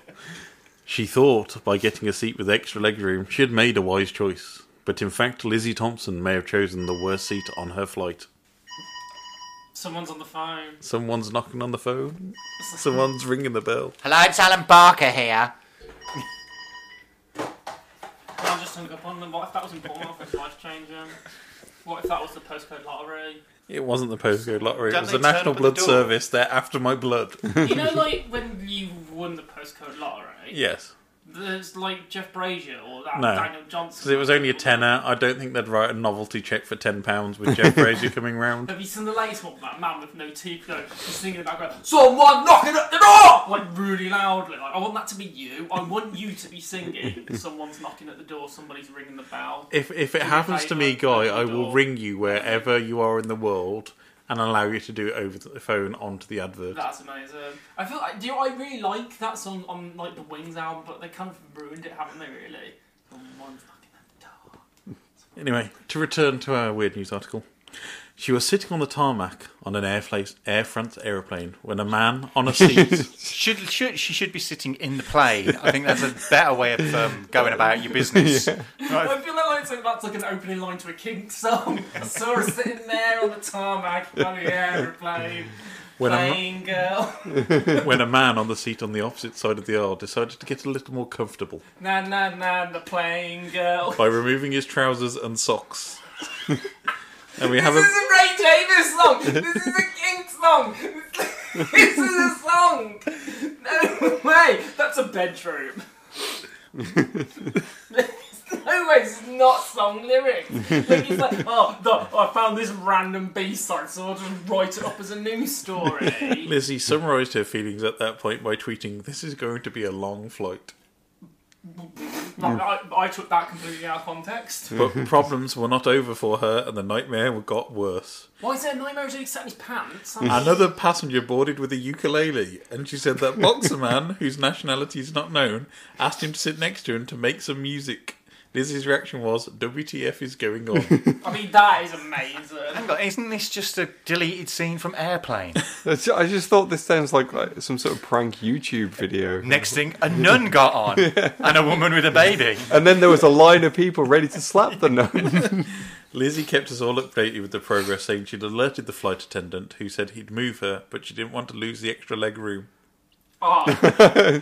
H: she thought by getting a seat with extra legroom, she had made a wise choice. But in fact, Lizzie Thompson may have chosen the worst seat on her flight.
J: Someone's on the phone.
H: Someone's knocking on the phone. Someone's ringing the bell.
I: Hello, it's Alan Barker here.
J: And I just hung up on them. What if that was important? What if it was life changing? What if that was the postcode lottery?
H: It wasn't the postcode lottery.
I: Don't
H: it was
I: they
H: the
I: turn
H: National
I: up at
H: Blood
I: the door?
H: Service. They're after my blood.
J: You know, like when you won the postcode lottery.
H: yes.
J: There's like Jeff Brazier or that
H: No.
J: Daniel Johnson.
H: Because it was only a tenner. I don't think they'd write a novelty check for ten pounds with Jeff Frazier coming round.
J: Have you seen the latest one? That man with no teeth, though, he's singing in the background, Someone knocking at the door! Like, really loudly. Like, I want that to be you. I want you to be singing. Someone's knocking at the door, somebody's ringing the bell.
H: If if it
J: Do me a
H: happens to me,
J: favour,
H: Guy,
J: open the
H: I will
J: door.
H: ring you wherever you are in the world and allow you to do it over the phone onto the advert.
J: That's amazing. I feel like, do you know, I really like that song on, like, the Wings album, but they kind of ruined it, haven't they, really? Someone's knocking at the door.
H: Anyway, to return to our weird news article. She was sitting on the tarmac on an Air, Fla- Air France aeroplane when a man on a seat.
I: Should, should she should be sitting in the plane? I think that's a better way of um, going about your business. Right.
J: I feel like that's like, that's like an opening line to a King song. I saw her sitting there on the tarmac on the aeroplane,
H: When I'm-
J: playing girl.
H: when a man on the seat on the opposite side of the aisle decided to get a little more comfortable
J: Na na na, the playing girl.
H: by removing his trousers and socks. and we have
J: This
H: a.
J: is a Ray Davis song. This is a King song. This is a song. No way. That's a bedroom. There's no way. It's not song lyrics. Like it's like, oh, the, I found this random B-side, so I'll just write it up as a news story.
H: Lizzie summarised her feelings at that point by tweeting, This is going to be a long flight.
J: Like, I, I took that completely out of context.
H: But problems were not over for her, and the nightmare got worse.
J: Why is there a nightmare until he sat in his pants?
H: Another passenger boarded with a ukulele, and she said that boxer man, whose nationality is not known, asked him to sit next to him to make some music. Lizzie's reaction was, WTF is going on.
J: I mean, that is amazing.
I: Hang on, isn't this just a deleted scene from Airplane?
K: That's- I just thought this sounds like, like some sort of prank YouTube video.
I: Next thing, a nun got on and a woman with a baby.
K: And then there was a line of people ready to slap the nun.
H: Lizzie kept us all updated with the progress, saying she'd alerted the flight attendant, who said he'd move her, but she didn't want to lose the extra leg room.
J: Oh,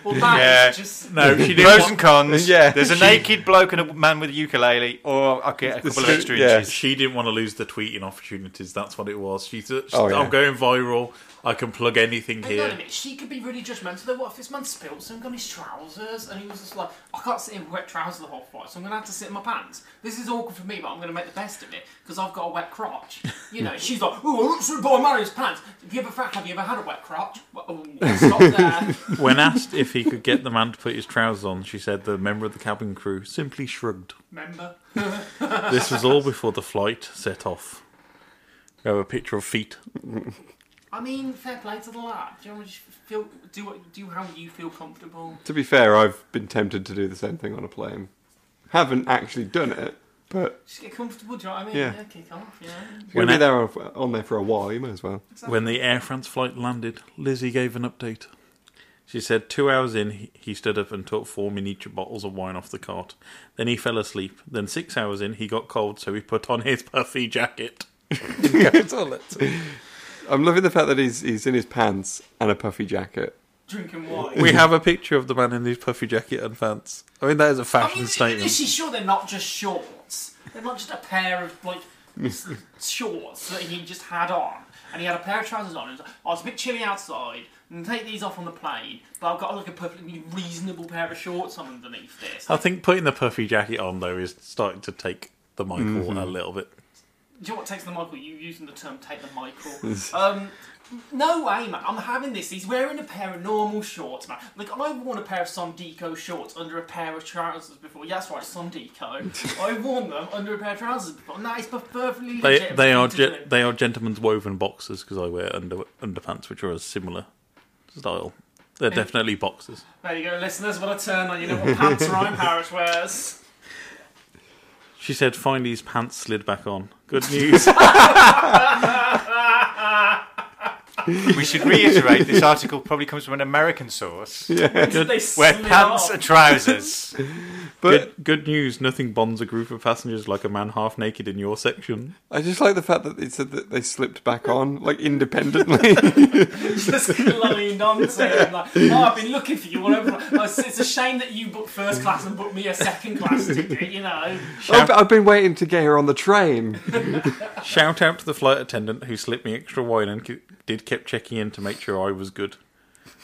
J: well, that
I: Yeah.
J: is just
H: No, she didn't.
I: Pros and
H: want-
I: cons.
K: Yeah.
I: There's a naked bloke and a man with a ukulele, or I'll get a couple of extra
K: Yeah.
I: inches.
H: she didn't want to lose the tweeting opportunities. That's what it was. She thought,
K: Oh, yeah.
H: I'm going viral. I can plug anything
J: Hang on a
H: here.
J: minute, she could be really judgmental though. What if this man spilled something on his trousers and he was just like, I can't sit in wet trousers the whole flight, so I'm going to have to sit in my pants. This is awkward for me, but I'm going to make the best of it because I've got a wet crotch. You know, she's like, oh, I look so by man in his pants. Have you ever, fact, have you ever had a wet crotch? Well, oh, stop there.
H: When asked if he could get the man to put his trousers on, she said the member of the cabin crew simply shrugged.
J: Remember?
H: This was all before the flight set off. We have a picture of feet.
J: I mean, fair play to the lad. Do you want to just feel, do, what, do how you feel comfortable?
K: to be fair, I've been tempted to do the same thing on a plane. Haven't actually done it, but
J: Just get comfortable, do you know what I mean?
K: Yeah.
J: kick off, yeah.
K: if you're going
H: When
K: to be there on- on there for a while, you may as well.
H: When the Air France flight landed, Lizzie gave an update. She said two hours in, he- he stood up and took four miniature bottles of wine off the cart. Then he fell asleep. Then six hours in, he got cold, so he put on his puffy jacket.
K: I'm loving the fact that he's he's in his pants and a puffy jacket.
J: drinking wine.
H: We have a picture of the man in his puffy jacket and pants. I mean, that is a
J: I
H: fashion
J: mean,
H: statement.
J: is she sure they're not just shorts? They're not just a pair of like s- shorts that he just had on, and he had a pair of trousers on. And was like, oh, it's a bit chilly outside, and take these off on the plane. But I've got like a perfectly reasonable pair of shorts on underneath this.
H: I think putting the puffy jacket on though is starting to take the Michael a little bit.
J: Do you know what takes the Michael? You using the term take the Michael. um, no way, man. I'm having this. He's wearing a pair of normal shorts, man. Like, I've worn a pair of some Deco shorts under a pair of trousers before. Yeah, that's right, some Deco. I've worn them under a pair of trousers before. And that is perfectly
H: They
J: legitimate
H: they are
J: to
H: ge-
J: do.
H: they are gentlemen's woven boxers because I wear under underpants which are a similar style. They're definitely boxers.
J: There you go, listeners. What a turn on. You know what pants Ryan Harris wears.
H: She said, "Finally, his pants slid back on." Good news.
I: We should reiterate this article probably comes from an American source
J: they
I: where
J: slid
I: pants
J: off.
I: are trousers.
K: But
H: good, good news. Nothing bonds a group of passengers like a man half naked in your section.
K: I just like the fact that it said that they slipped back on, like independently.
J: just climbed onto him. Like, oh, I've been looking for you all over. Oh, it's, it's a shame that you booked first class and booked me a second class ticket. You know,
K: I've, I've been waiting to get her on the train.
H: Shout out to the flight attendant who slipped me extra wine and ke- did kept checking in to make sure I was good.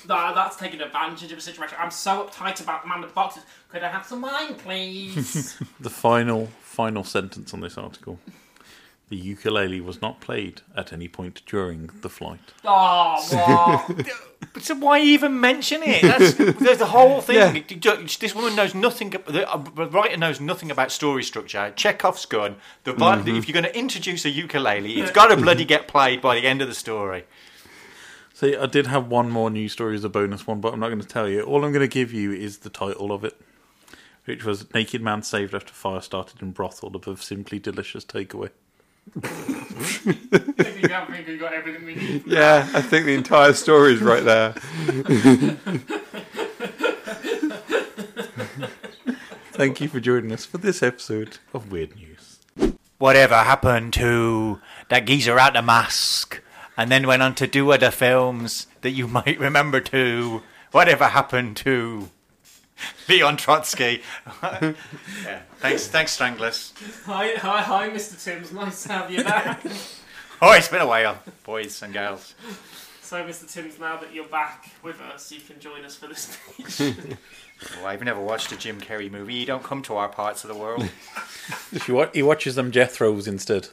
J: Nah, that's taking advantage of a situation. I'm so uptight about the man with the boxes. Could I have some wine, please?
H: The final, final sentence on this article. The ukulele was not played at any point during the flight.
J: oh, what?
I: So why even mention it? That's there's the whole thing. You don't- This woman knows nothing. ab- The uh, writer knows nothing about story structure. Chekhov's gun. The vi-
H: Mm-hmm.
I: if you're going to introduce a ukulele, it's got to bloody get played by the end of the story.
H: See, I did have one more news story as a bonus one, but I'm not going to tell you. All I'm going to give you is the title of it, which was Naked Man Saved After Fire Started in Brothel above Simply Delicious Takeaway.
J: I think we got- I think we got everything we need.
K: Yeah, I think the entire story is right there.
H: Thank you for joining us for this episode of Weird News.
I: Whatever happened to that geezer out the mask, and then went on to do other films that you might remember too. Whatever happened to Leon Trotsky? yeah. Thanks, thanks, Stranglers.
J: Hi, hi, hi, Mr. Timms. Nice to have you back.
I: Oh, it's been a while, boys and girls.
J: so, Mr. Timms, now that you're back with us, you can join us for the speech.
I: Well, I've never watched a Jim Carrey movie. You don't come to our parts of the world.
H: He watches them Jethro's instead.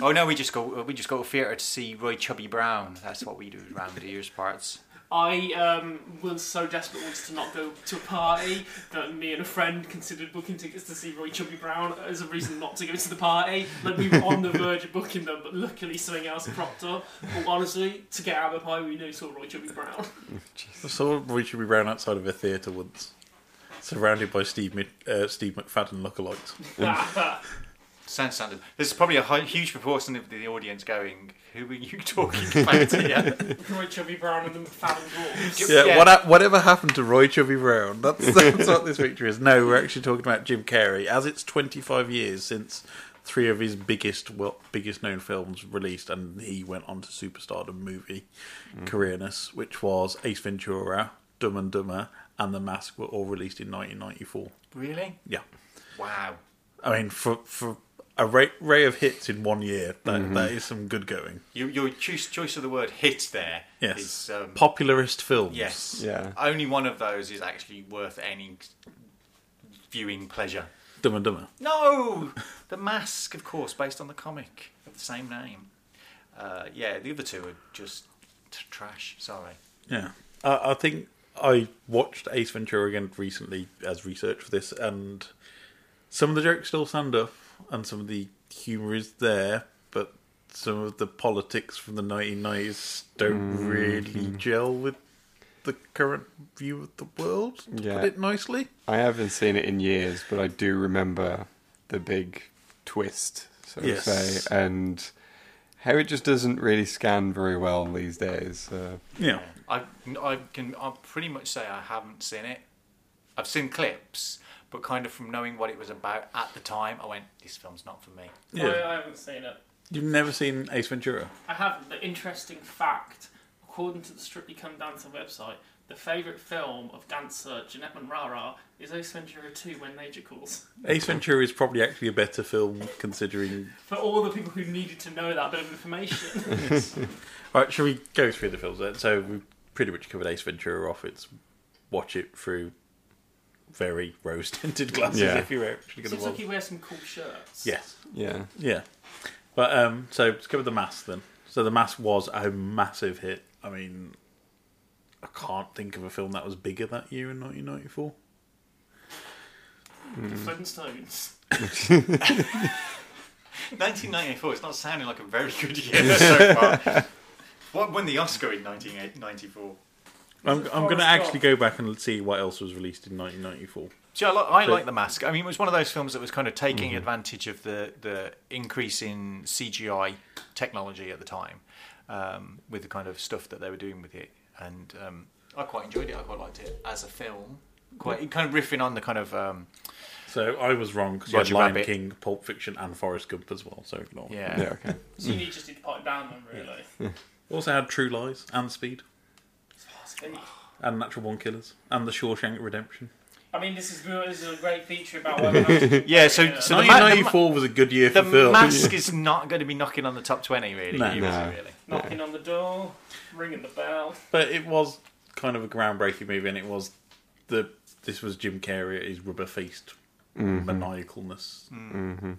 I: oh no, we just go we just go to theatre to see Roy Chubby Brown. That's what we do round the years parts.
J: I um, was so desperate once to not go to a party that me and a friend considered booking tickets to see Roy Chubby Brown as a reason not to go to the party. Like we were on the verge of booking them, but luckily something else propped up. But honestly, to get out of the party, we knew saw Roy Chubby Brown.
H: I saw Roy Should Be Brown outside of a theatre once, surrounded by Steve, Mc- uh, Steve McFadden lookalikes.
I: Sounds standard. There's probably a hi- huge proportion of the audience going, "Who are you talking about here?"
J: Roy Chubby Brown and the McFadden Dwarfs.
H: Yeah,
I: Yeah.
H: What hap- whatever happened to Roy Chubby Brown? That's, that's what this picture is. No, we're actually talking about Jim Carrey, as it's 25 years since three of his biggest well, biggest known films released, and he went on to superstardom movie
I: Mm.
H: careerness, which was Ace Ventura, Dumb and Dumber, and The Mask were all released in 1994.
I: really?
H: Yeah.
I: Wow.
H: I mean, for, for a ray, ray of hits in one year, that,
I: Mm-hmm.
H: that is some good going.
I: You, your choice choice of the word "hit" there
H: Yes.
I: is, um,
H: Popularist films.
I: yes.
K: Yeah.
I: Only one of those is actually worth any viewing pleasure.
H: Dumb and Dumber.
I: No, the mask, of course, based on the comic of the same name. Uh, yeah, the other two are just t- trash. Sorry.
H: Yeah, uh, I think I watched Ace Ventura again recently as research for this, and some of the jokes still stand up, and some of the humour is there, but some of the politics from the 1990s don't really gel with the current view of the world. To
K: Yeah.
H: put it nicely,
K: I haven't seen it in years, but I do remember the big twist, so to
H: Yes.
K: say, and how it just doesn't really scan very well these days. Uh,
H: yeah.
I: I I can I pretty much say I haven't seen it. I've seen clips, but kind of from knowing what it was about at the time, I went, "This film's not for me."
H: Yeah.
J: I, I haven't seen it.
H: You've never seen Ace Ventura?
J: I have the interesting fact. according to the Strictly Come Dancing website, the favourite film of dancer Jeanette Manrara is Ace Ventura 2 When Nature Calls.
H: Ace Ventura is probably actually a better film considering.
J: For all the people who needed to know that bit of information.
H: Right, shall we go through the films then? So we pretty much covered Ace Ventura off. It's watch it through very rose tinted glasses
K: Yeah.
H: if you're actually going
J: Seems
H: to
J: like
H: watch.
J: he wears some cool shirts.
H: Yes.
K: Yeah.
H: Yeah. But um so let's cover the mass then. So the mass was a massive hit. I mean I can't think of a film that was bigger that year in nineteen ninety four.
J: The Mm. Flintstones.
K: Mm.
I: 1994. It's not sounding like a very good year so far. What won the Oscar in 1994?
H: I'm I'm gonna
J: Forrest
H: actually
J: Gump.
H: go back and see what else was released in nineteen ninety four.
I: See, I, li- I like The Mask. I mean, it was one of those films that was kind of taking
K: Mm-hmm.
I: advantage of the, the increase in CGI technology at the time um, with the kind of stuff that they were doing with it. And um, I quite enjoyed it. I quite liked it as a film. Quite kind of riffing on the kind of um,
H: So I was wrong because you had
I: Roger
H: Lion
I: Rabbit.
H: King, Pulp Fiction, and Forrest Gump as well. So ignore.
I: yeah.
K: Yeah, okay.
J: So you need just need to pipe down them, really.
H: Also had True Lies and Speed
J: Speak.
H: and Natural Born Killers and The Shawshank Redemption.
J: I mean, this is, this is a great feature about women.
I: Yeah, so, so the,
H: Nineteen
I: ma- the,
H: ninety
I: ma-
H: four was a good year for
I: the
H: films.
I: Mask is not going to be knocking on the top 20, really.
H: No.
I: is it,
K: No.
I: really?
J: knocking on the door, ringing the bell.
H: But it was kind of a groundbreaking movie, and it was the this was Jim Carrey at his rubber faced Mm-hmm. maniacalness. Mm-hmm.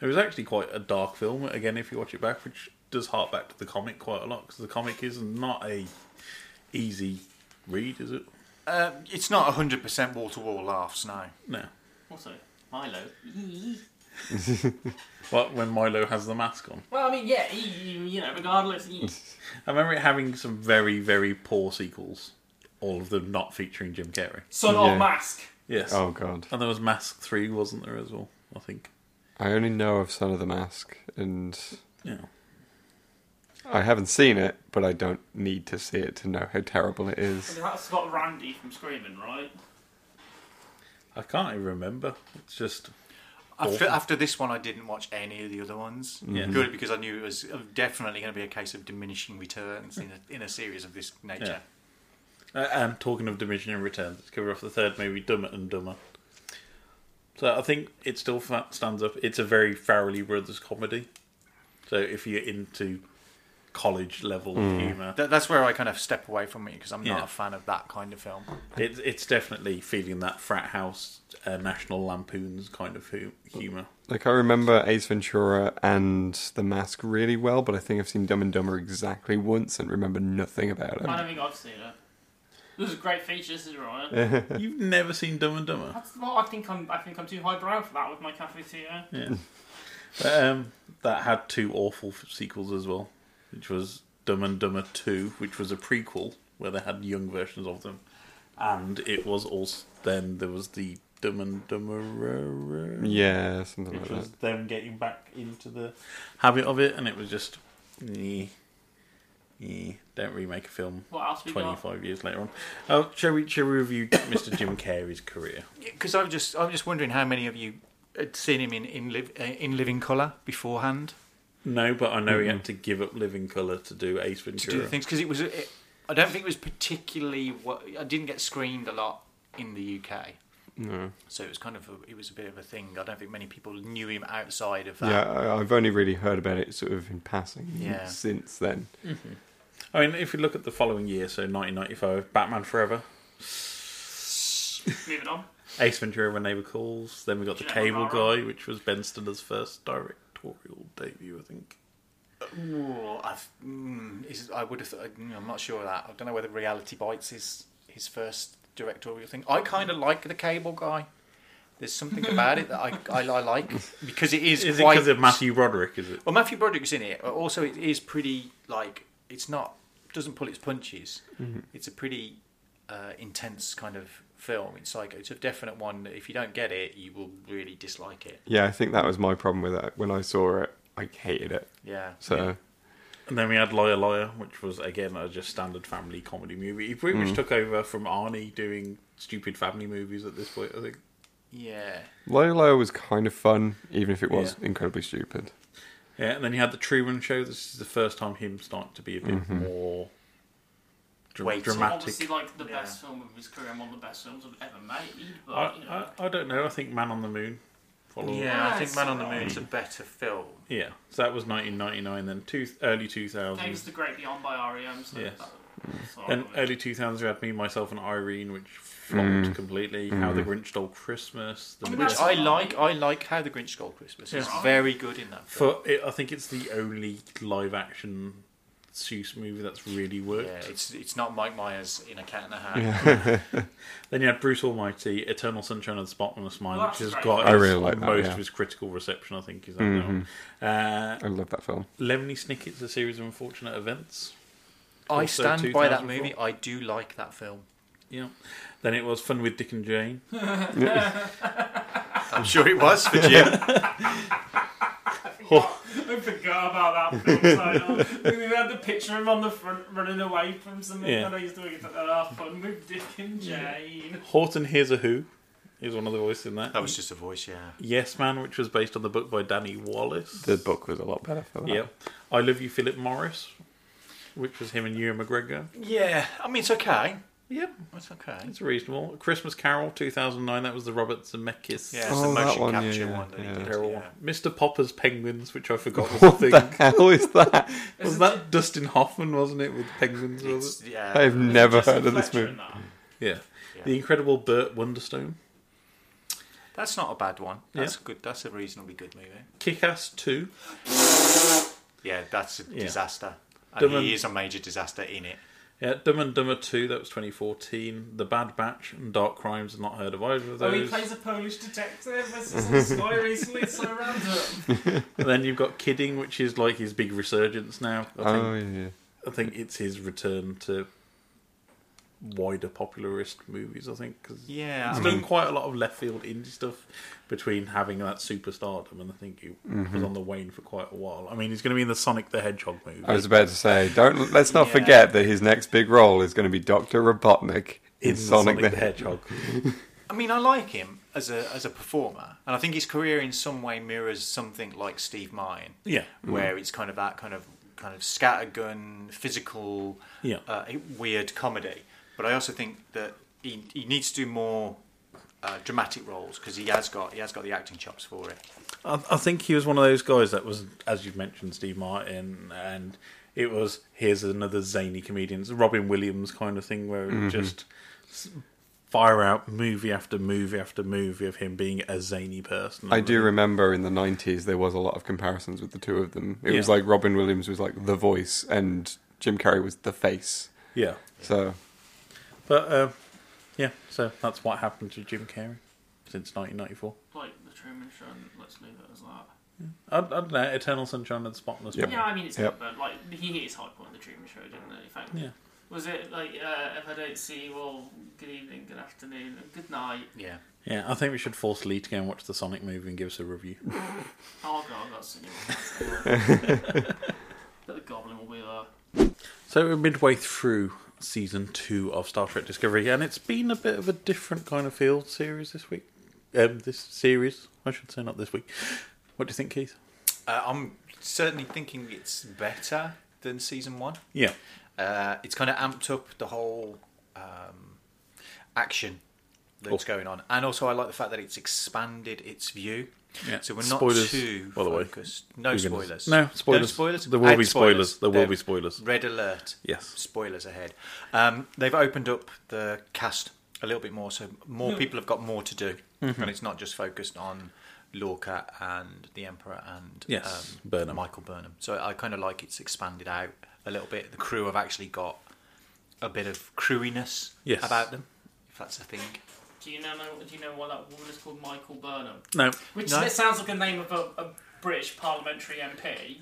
H: It was actually quite a dark film. Again, if you watch it back, which does hark back to the comic quite a lot, because the comic is not a easy read, is it?
I: Uh, it's not 100% wall to wall laughs, no.
H: No.
J: Also, Milo.
H: But when Milo has the mask on,
J: Well, I mean, yeah, he- you you know, regardless. he-
H: I remember it having some very very poor sequels, all of them not featuring Jim Carrey.
J: Son
K: Yeah.
J: of Mask.
H: Yes.
K: Oh god.
H: And there was Mask Three, wasn't there as well? I think.
K: I only know of Son of the Mask, and
H: Yeah.
K: I haven't seen it, but I don't need to see it to know how terrible it
J: I
K: is.
J: mean, That's got Randy from Screaming, right?
H: I can't even remember. It's just
I: After,
H: Awful.
I: after this one, I didn't watch any of the other ones.
H: Yeah.
I: Good because I knew it was uh, definitely going to be a case of diminishing returns in a, in a series of this nature.
H: Uh, and talking of Diminishing Returns, let's cover off the third movie, Dumber and Dumber. So I think it still fa- stands up. It's a very Farrelly Brothers comedy. So if you're into college level humour,
I: That, that's where I kind of step away from it because I'm
H: Yeah.
I: not a fan of that kind of film.
H: it's it's definitely feeling that frat house, uh, National Lampoons kind of hu- humour.
K: Like I remember Ace Ventura and The Mask really well, but I think I've seen Dumb and Dumber exactly once and remember nothing about
J: I
K: it.
J: don't think I've seen it. This is a great feature, this is right.
H: You've never seen Dumb and Dumber?
J: That's, well, I think I'm. I think I'm too highbrow for that with my cafe tea. eh?
H: Yeah. But, um, that had two awful f- sequels as well, which was Dumb and Dumber 2, which was a prequel where they had young versions of them. And it was also then there was the Dumb and Dumber,
K: Yeah, something like
H: which
K: that.
H: was them getting back into the habit of it, and it was just, eh, eh, don't remake a film
J: What else we got?
H: 25 years later on. Oh, shall we, shall we review Mr. Jim Carrey's career?
I: Because I'm just I'm just wondering how many of you had seen him in in, live, uh, in Living Colour beforehand
H: No, but I know he had to give up Living Colour to do Ace
I: to
H: Ventura.
I: do the things because it was it, I don't think it was particularly what I didn't get screened a lot in the UK.
K: No.
I: So it was kind of a, it was a bit of a thing. I don't think many people knew him outside of that.
K: Yeah, I- I've only really heard about it sort of in passing
I: Yeah.
K: since then.
H: I mean, if you look at the following year, so 1995, Batman Forever,
J: Moving on.
H: Ace Ventura When Neighbor Calls, then we got The
J: Jack
H: Cable
J: O'Hara.
H: Guy, which was Ben Stiller's first directorial debut, I think.
I: Ooh, I've, mm, is, I would have. Thought, mm, I'm not sure of that. I don't know whether Reality Bites is his first directorial thing. I kind of like the Cable Guy. There's something about it that I, I, I like because it is.
H: Is it
I: quite,
H: because of Matthew Roderick, is it?
I: Well, Matthew Broderick's in it. but Also, it is pretty like it's not doesn't pull its punches. It's a pretty uh, intense kind of film. It's like it's a definite one. That if you don't get it, you will really dislike it.
K: Yeah, I think that was my problem with it. When I saw it, I hated it.
I: Yeah.
K: So
H: And then we had Liar Liar, which was, again, a just standard family comedy movie. He pretty much took over from Arnie doing stupid family movies at this point, I think.
I: Yeah.
K: Lolo was kind of fun, even if it was
H: Yeah.
K: incredibly stupid.
H: Yeah, and then you had The Truman Show. This is the first time him started to be a bit more dra-
I: Wait.
J: So
H: dramatic.
J: obviously, like the best film of his career, and one of the best films I've ever made. But
H: I,
J: you know,
H: I, I don't know. I think Man on the Moon.
I: Oh.
H: followed.
J: Yeah, I think Man on the
I: Moon's a better film.
H: Yeah. So that was 1999. Then two early 2000s.
J: Dave's the Great Beyond by R.E.M. So
H: Yes.
J: that- so
H: And uh, early 2000s, we had Me, Myself, and Irene, which flopped
K: Mm.
H: completely. How the Grinch Stole Christmas. The
J: I mean,
H: Witch-
J: that's-
I: Which I like. I like how the Grinch Stole Christmas. It's
J: Yeah.
I: very good in that. Film.
H: for it, I think it's the only live action Seuss movie that's really worked.
I: Yeah, it's it's not Mike Myers in a cat and a hat.
H: Then you had Bruce Almighty, Eternal Sunshine of the Spotless Mind,
J: Well,
H: which has
J: Oh, that's great.
H: got
K: I
H: his-
K: really like that,
H: most
K: yeah. Mm-hmm.
H: of his critical reception. I think is that one. Uh,
K: I love that film.
H: Lemony Snicket's A Series of Unfortunate Events.
I: I
H: Also
I: stand by that
H: 2004.
I: movie. I do like that film.
H: Yeah. Then it was Fun with Dick and Jane.
I: I'm sure it was for Jim.
J: I forgot about that film title. we had the picture of him on the front running away from something.
H: Yeah.
J: And I used to get that uh, fun with Dick and Jane.
H: Horton Hears a Who is one of the voices in that.
I: that was just a voice, yeah.
H: Yes Man, which was based on the book by Danny Wallace.
K: The book was a lot better for that.
H: Yep. I Love You, Philip Morris, which was him and Ewan McGregor.
I: Yeah, I mean it's okay.
H: Yep.
I: It's okay.
H: It's reasonable. Christmas Carol 2009, that was the Robert Zemeckis.
I: Yeah, it's
K: Oh,
I: the
K: that
I: motion
K: one,
I: capture
K: yeah,
I: one. That he
K: yeah.
I: did,
H: Carol.
I: yeah.
H: Mr. Popper's Penguins, which I forgot was a thing.
K: How is that?
H: Was that Dustin Hoffman, wasn't it, with penguins? Was
I: It's-
H: it?
I: yeah.
K: I've never
J: Just
K: heard of this
J: Fletcher
K: movie.
J: in that.
H: Yeah. The Incredible Burt Wonderstone.
I: That's not a bad one. That's
H: Yeah.
I: good. That's a reasonably good movie.
H: Kick Ass 2.
I: Yeah, that's a disaster. And
H: Dumb and-
I: he is a major disaster in it.
H: Yeah, Dumb and Dumber 2, that was 2014. The Bad Batch and Dark Crimes, not heard of either of
J: Oh, he
H: those.
J: plays a Polish detective. This is on Sky recently. It's so random.
H: and then you've got Kidding, which is like his big resurgence now. I think
K: Oh, yeah.
H: I think it's his return to wider popularist movies. I think because
I: Yeah,
K: Mm-hmm.
H: he's
I: I
H: done quite a lot of left field indie stuff between having that superstardom, and I think he
K: Mm-hmm.
H: was on the wane for quite a while. I mean, he's going to be in the Sonic the Hedgehog movie
K: I was about to say, don't let's not
I: Yeah.
K: forget that his next big role is going to be Doctor Robotnik in,
H: in
K: Sonic, the Hedgehog.
I: I mean, I like him as a as a performer, and I think his career in some way mirrors something like Steve Martin,
H: Yeah,
I: where it's kind of that kind of kind of scattergun, physical,
H: Yeah.
I: uh, weird comedy. But I also think that he, he needs to do more uh, dramatic roles because he has got he has got the acting chops for it.
H: I, I think he was one of those guys that was, as you've mentioned, Steve Martin, and it was here's another zany comedian, it's a Robin Williams kind of thing, where it
K: Mm-hmm.
H: would just s- fire out movie after movie after movie of him being a zany person.
K: I do remember in the nineties there was a lot of comparisons with the two of them. It was
H: Yeah.
K: like Robin Williams was like the voice and Jim Carrey was the face.
H: yeah,
K: So
H: but uh, yeah, so that's what happened to Jim Carrey since 1994.
J: Like the Truman Show. and Let's leave it as that.
H: I, I don't know, Eternal Sunshine of the Spotless
K: Yep.
H: Mind.
J: Yeah, I mean it's good,
K: Yep.
J: but like he hit his high point in the Truman Show, didn't he? Thank
H: Yeah.
J: Was it like uh, if I don't see you, well, good evening, good afternoon, and good night.
I: Yeah,
H: Yeah, I think we should force Lee to go and watch the Sonic movie and give us a review.
J: Oh god, that's But the goblin will be there.
H: So we're midway through season two of Star Trek Discovery, and it's been a bit of a different kind of field series this week. Um, this series, I should say, not this week. What do you think, Keith?
I: uh, I'm certainly thinking it's better than season one.
H: Yeah,
I: Uh, it's kind of amped up the whole um, action that's going on, and also I like the fact that it's expanded its view.
H: Yeah.
I: So we're
H: Spoilers,
I: not too
H: by the way.
I: focused. No
H: We're gonna-
I: spoilers.
H: No spoilers.
I: No spoilers.
H: There will
I: Add
H: be spoilers. There will
I: They're
H: be spoilers.
I: Red alert.
H: Yes.
I: Spoilers ahead. Um, they've opened up the cast a little bit more, so more people have got more to do,
H: Mm-hmm.
I: and it's not just focused on Lorca and the Emperor and
H: Yes, Burnham.
I: um, Michael Burnham. So I kind of like it's expanded out a little bit. The crew have actually got a bit of crewiness
H: Yes.
I: about them, if that's a thing.
J: Do you know do you know why that woman is called Michael Burnham?
H: no.
J: Which
I: No.
J: that sounds like the name of a, a British parliamentary MP.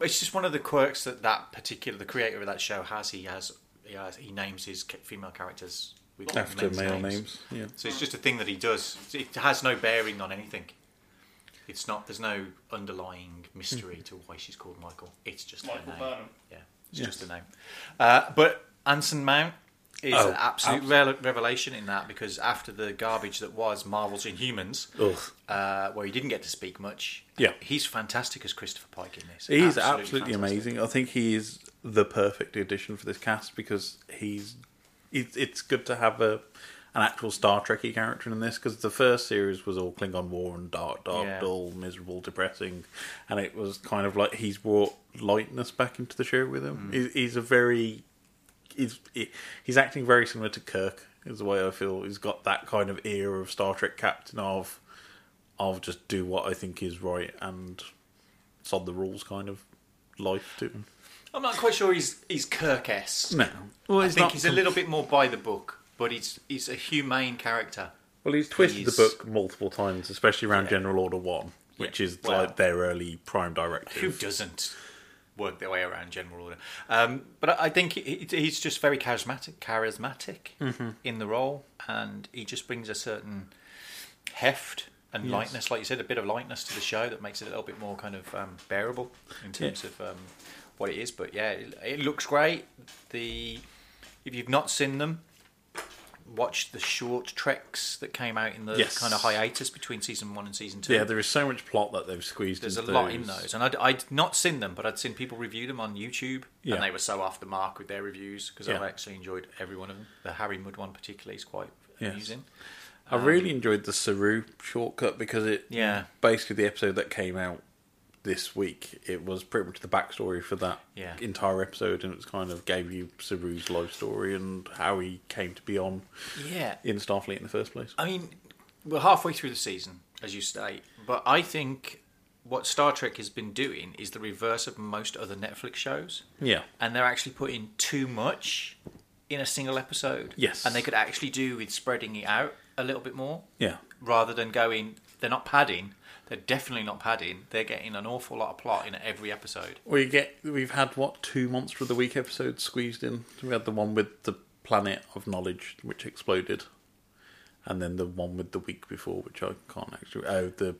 I: It's just one of the quirks that that particular the creator of that show has. He has he, has, he names his ca- female characters with
H: After
I: men's
H: male names. Yeah.
I: So it's just a thing that he does. It has no bearing on anything. It's not. There's no underlying
H: Hmm.
I: mystery to why she's called Michael. It's just her
J: Michael
I: name.
J: Burnham.
I: Yeah, it's just a name. Uh, but Anson Mount is
H: Oh,
I: an absolute rel revelation in that because after the garbage that was Marvel's Inhumans,
H: Ugh.
I: uh, where he didn't get to speak much,
H: Yeah.
I: he's fantastic as Christopher Pike in this.
H: He's absolutely,
I: fantastic.
H: amazing. I think he is the perfect addition for this cast because he's it, it's good to have a an actual Star Trekky character in this because the first series was all Klingon war and dark, dark,
I: Yeah.
H: dull, miserable, depressing, and it was kind of like he's brought lightness back into the show with him. He's, he's a very he's he- he's acting very similar to Kirk is the way I feel. He's got that kind of era of Star Trek captain of I'll just do what I think is right and sod the rules kind of life to him.
I: I'm not quite sure he's he's Kirk-esque.
H: No. Well,
I: I
H: he's
I: think
H: not
I: he's
H: some-
I: a little bit more by the book, but he's he's a humane character.
H: Well, he's twisted
I: He's-
H: the book multiple times, especially around General Order One, which is
I: well-
H: like their early prime
I: Who
H: directive.
I: doesn't work their way around general order? Um, but I I think he, he- he's just very charismatic, charismatic
H: Mm-hmm.
I: in the role, and he just brings a certain heft and
H: Yes.
I: lightness, like you said, a bit of lightness to the show that makes it a little bit more kind of um, bearable in terms of um, what it is. But yeah, it, it looks great. The if you've not seen them. Watch the short treks that came out in the
H: Yes.
I: kind of hiatus between season one and season two.
H: Yeah, there is so much plot that they've squeezed.
I: There's a
H: into
I: lot in those, and I'd, I'd not seen them, but I'd seen people review them on YouTube,
H: Yeah.
I: and they were so off the mark with their reviews because I've
H: Yeah.
I: actually enjoyed every one of them. The Harry Mudd one particularly is quite
H: Yes.
I: amusing.
H: I really enjoyed the Saru shortcut because it
I: um, Yeah.
H: basically the episode that came out this week. It was pretty much the backstory for that
I: Yeah.
H: entire episode, and it's kind of gave you Saru's life story and how he came to be on
I: Yeah,
H: in Starfleet in the first place.
I: I mean, we're halfway through the season, as you state, but I think what Star Trek has been doing is the reverse of most other Netflix shows.
H: Yeah,
I: and they're actually putting too much in a single episode.
H: Yes.
I: And they could actually do with spreading it out a little bit more.
H: Yeah.
I: Rather than going, they're not padding. They're definitely not padding. They're getting an awful lot of plot in every episode.
H: we get we've had what two monster of the week episodes squeezed in. So we had the one with the planet of knowledge which exploded, and then the one with the week before, which I can't actually. Oh, the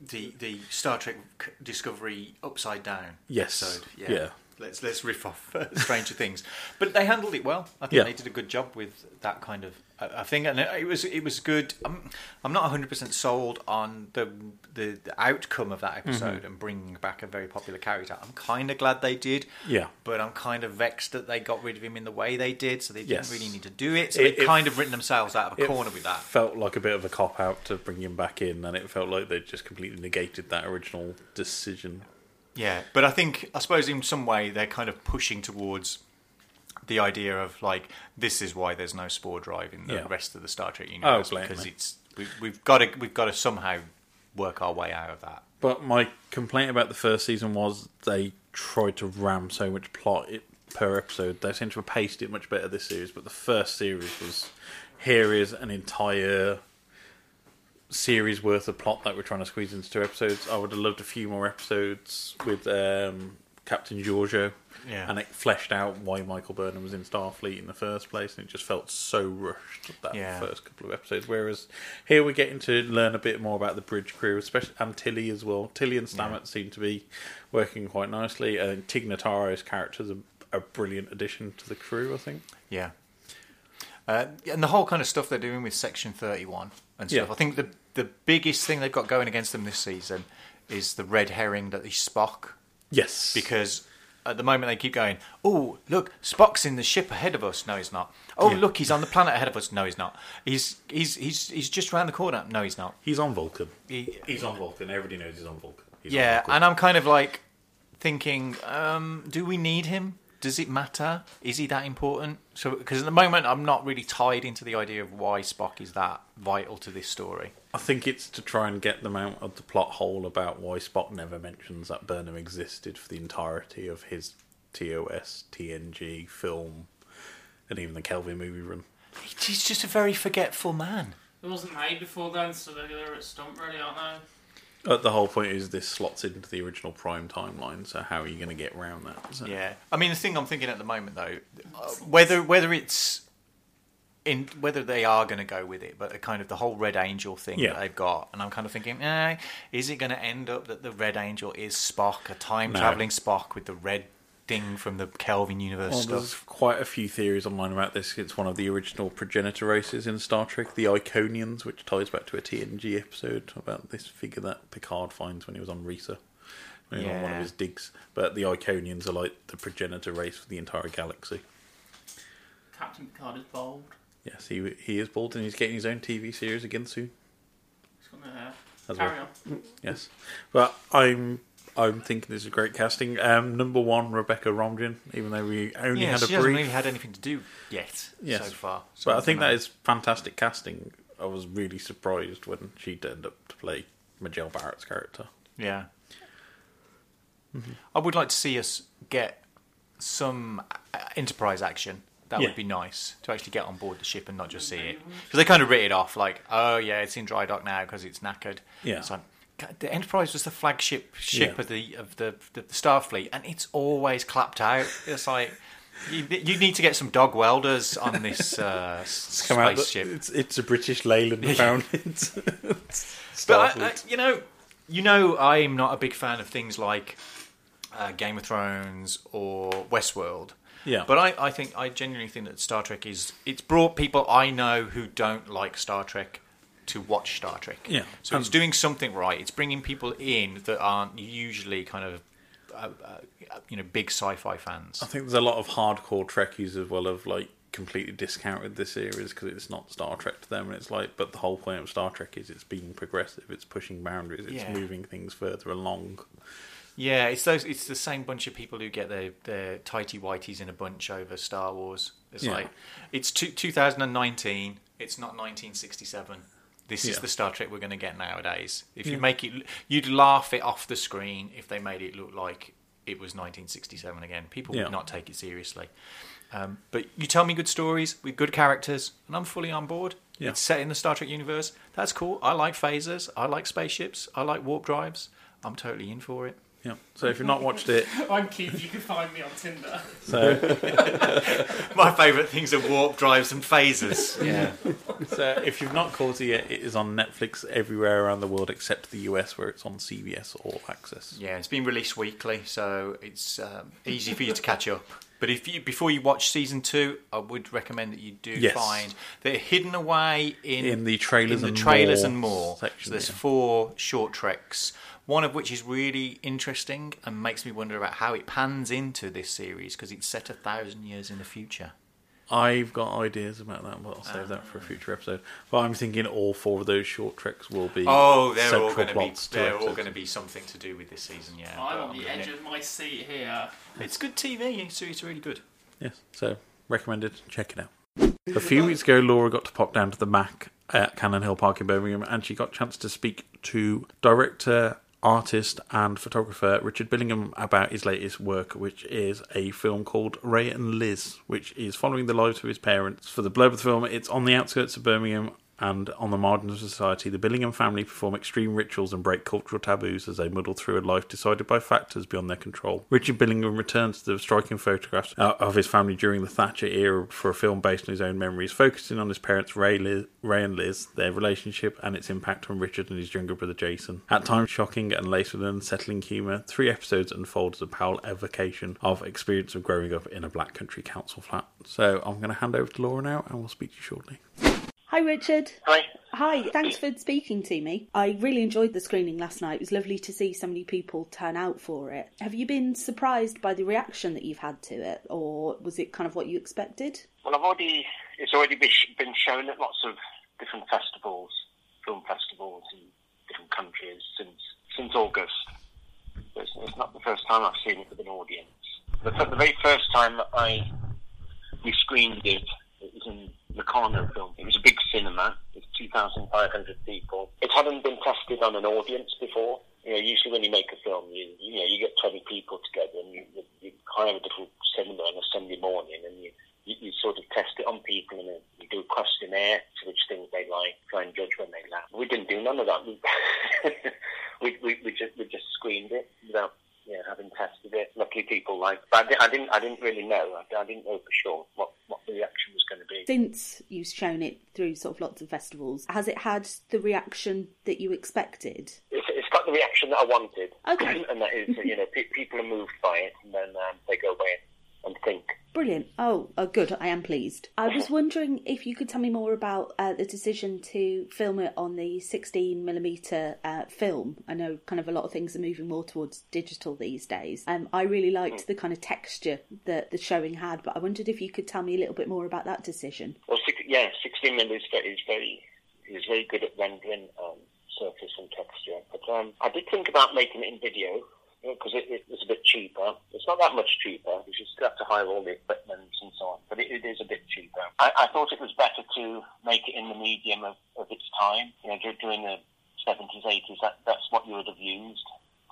I: The the Star Trek c- Discovery upside down.
H: Yes.
I: Episode. Yeah.
H: Yeah.
I: Let's let's riff off Stranger Things, but they handled it well. I think
H: Yeah.
I: they did a good job with that kind of I think, and it it was it was good. I'm I'm not 100 percent sold on the, the the outcome of
H: Mm-hmm.
I: that episode and bringing back a very popular character. I'm kind of glad they did.
H: Yeah.
I: but I'm kind of vexed that they got rid of him in the way they did. So they
H: Yes.
I: didn't really need to do it. So
H: It-
I: they've
H: it-
I: kind of written themselves out of a
H: it
I: corner with that.
H: Felt like a bit of a cop out to bring him back in, and it felt like they just completely negated that original decision.
I: Yeah, but I think I suppose in some way they're kind of pushing towards the idea of like this is why there's no spore drive in the
H: Yeah. Oh,
I: rest of the Star Trek universe
H: blatantly.
I: because it's we, we've got to we've got to somehow work our way out of that.
H: But my complaint about the first season was they tried to ram so much plot it, per episode. They seem to have paced it much better this series, but the first series was here is an entire series worth of plot that we're trying to squeeze into two episodes. I would have loved a few more episodes with um, Captain Giorgio.
I: Yeah.
H: And it fleshed out why Michael Burnham was in Starfleet in the first place, and it just felt so rushed that
I: Yeah.
H: first couple of episodes. Whereas here we're getting to learn a bit more about the bridge crew, especially and Tilly as well. Tilly and Stamets seem to be working quite nicely. Uh, Tignataro's character is a, a brilliant addition to the crew, I think.
I: Yeah. Uh, and the whole kind of stuff they're doing with Section 31 and stuff.
H: Yeah.
I: I think the the biggest thing they've got going against them this season is the red herring that is Spock
H: Yes,
I: because at the moment they keep going, oh, look, Spock's in the ship ahead of us. No, he's not. Oh,
H: Yeah.
I: look, he's on the planet ahead of us. No, he's not. He's he's he's he's just round the corner. No, he's not.
H: he's on Vulcan.
I: He-
H: he's on Vulcan. Everybody knows he's on Vulcan. He's on
I: yeah,
H: Vulcan.
I: and I'm kind of like thinking, um, do we need him? Does it matter? Is he that important? So, because at the moment I'm not really tied into the idea of why Spock is that vital to this story.
H: I think it's to try and get them out of the plot hole about why Spock never mentions that Burnham existed for the entirety of his TOS, TNG film, and even the Kelvin movie run.
I: He- He's just a very forgetful man.
J: It wasn't made before then, so they're, they're at stump really, aren't they?
H: But the whole point is this slots into the original Prime timeline, so how are you going to get around that? So-
I: Yeah, I mean the thing I'm thinking at the moment though, uh, whether whether it's in whether they are going to go with it, but the kind of the whole Red Angel thing
H: Yeah.
I: that they've got, and I'm kind of thinking, eh, is it going to end up that the Red Angel is Spock, a time traveling Spock with the red thing from the Kelvin universe
H: Well, there's
I: stuff?
H: quite a few theories online about this. It's one of the original progenitor races in Star Trek, the Iconians, which ties back to a TNG episode about this figure that Picard finds when he was on Risa. you know, on one of
I: Yeah.
H: his digs. But the Iconians are like the progenitor race for the entire galaxy.
J: Captain Picard is bold.
H: Yes, he he is bald and he's getting his own TV series again soon.
J: He's got no hair.
H: As
J: Carry
H: well.
J: on.
H: Yes, but I'm I'm thinking this is great casting. Um, number one, Rebecca Romijn, even though we only
I: yeah,
H: had
I: she
H: a
I: hasn't
H: brief.
I: really had anything to do yet
H: yes.
I: so far. So
H: but I think
I: dunno.
H: that is fantastic casting. I was really surprised when she turned up to play Majel Barrett's character.
I: Yeah.
H: Mm-hmm.
I: I would like to see us get some uh, enterprise action. That
H: Yeah.
I: would be nice to actually get on board the ship and not just see it because they kind of writ it off like, oh yeah, it's in dry dock now because it's knackered.
H: Yeah.
I: So God, the Enterprise was the flagship ship
H: Yeah.
I: of the of the, the Starfleet, and it's always clapped out. It's like you, you need to get some dog welders on this uh, s-
H: Come out,
I: spaceship.
H: it's it's a British Leyland found it.
I: But I, I, you know, you know, I'm not a big fan of things like uh, Game of Thrones or Westworld.
H: Yeah.
I: But I, I think I genuinely think that Star Trek is it's brought people I know who don't like Star Trek to watch Star Trek.
H: Yeah. Um,
I: So it's doing something right. It's bringing people in that aren't usually kind of uh, uh, you know big sci-fi fans.
H: I think there's a lot of hardcore Trekkies as well have like completely discounted this series because it's not Star Trek to them, and it's like, but the whole point of Star Trek is it's being progressive, it's pushing boundaries, it's
I: Yeah.
H: moving things further along.
I: Yeah, it's those. It's the same bunch of people who get their their tighty whities in a bunch over Star Wars. It's
H: Yeah.
I: like it's two, 2019. It's not 1967. This is
H: Yeah.
I: the Star Trek we're going to get nowadays. If
H: Yeah.
I: you make it, l- you'd laugh it off the screen if they made it look like it was 1967 again. People
H: Yeah.
I: would not take it seriously. Um, but you tell me good stories with good characters, and I'm fully on board.
H: Yeah.
I: It's set in the Star Trek universe. That's cool. I like phasers. I like spaceships. I like warp drives. I'm totally in for it.
H: Yeah. So if you've not watched it,
J: I'm Keith. You can find me on Tinder.
H: so
I: My favourite things are warp drives and phasers.
H: yeah, so if you've not caught it yet, it is on Netflix everywhere around the world except the US, where it's on CBS All Access.
I: Yeah, it's been released weekly, so it's um, easy for you to catch up. But if you before you watch season two, I would recommend that you do
H: Yes.
I: find they're hidden away in
H: In the trailers
I: in the
H: and
I: trailers
H: more
I: and more.
H: section,
I: so there's
H: yeah.
I: four short treks, one of which is really interesting and makes me wonder about how it pans into this series because it's set a thousand years in the future.
H: I've got ideas about that, but I'll save that for a future episode. But I'm thinking all four of those short treks will be
I: Oh, they're all
H: central
I: going to be
H: plots
I: they're all
H: episodes.
I: going to be something to do with this season. Yeah,
J: I'm
I: but
J: on
I: I'm
J: the
I: gonna-
J: edge of my seat here.
I: It's good TV, so it's really good.
H: Yes, so recommended. Check it out. A few weeks ago, Laura got to pop down to the Mac at Cannon Hill Park in Birmingham, and she got a chance to speak to director, artist, and photographer Richard Billingham about his latest work, which is a film called Ray and Liz, which is following the lives of his parents. For the blurb of the film, it's on the outskirts of Birmingham. And on the margins of society, the Billingham family perform extreme rituals and break cultural taboos as they muddle through a life decided by factors beyond their control. Richard Billingham returns to the striking photographs uh, of his family during the Thatcher era for a film based on his own memories, focusing on his parents Ray, Liz, Ray and Liz, their relationship, and its impact on Richard and his younger brother Jason. At times shocking and laced with an unsettling humour, three episodes unfold as a powerful evocation of experience of growing up in a black country council flat. So I'm going to hand over to Laura now, and we'll speak to you shortly.
L: Hi, Richard.
M: Hi.
L: Hi, thanks for speaking to me. I really enjoyed the screening last night. It was lovely to see so many people turn out for it. Have you been surprised by the reaction that you've had to it, or was it kind of what you expected?
M: Well, I've already it's already been sh- been shown at lots of different festivals, film festivals in different countries since since August. So It's, it's not the first time I've seen it with an audience. The, fir- the very first time that I we screened it, it was in Locarno Film. It was a big cinema. It's 2,500 people. It hadn't been tested on an audience before. You know, usually when you make a film, you you know you get 20 people together and you, you, you hire a different cinema on a Sunday morning and you you, you sort of test it on people and then you do a questionnaire to which things they like, try and judge when they laugh. We didn't do none of that. We we, we, we just we just screened it without you know having tested it. Luckily, people liked. It. But I, di- I didn't I didn't really know. I, I didn't know for sure what what the reaction was going to be.
L: Since you've shown it through sort of lots of festivals, has it had the reaction that you expected?
M: It's, it's got the reaction that I wanted.
L: Okay.
M: and that is you know pe- people are moved by it and then um, they go away and think
I: Brilliant. Oh, oh, good. I am pleased. I was wondering if you could tell me more about uh, the decision to film it on the 16mm uh, film. I know kind of a lot of things are moving more towards digital these days. Um, I really liked the kind of texture that the showing had, but I wondered if you could tell me a little bit more about that decision.
M: Well, six, yeah, 16 millimeter is very is very good at rendering um, surface and texture. But um, I did think about making it in video because it, it was a bit cheaper. It's not that much cheaper because you still have to hire all the equipment and so on, but it, it is a bit cheaper. I, I thought it was better to make it in the medium of, of its time. You know, dur- during the 70s, 80s, that, that's what you would have used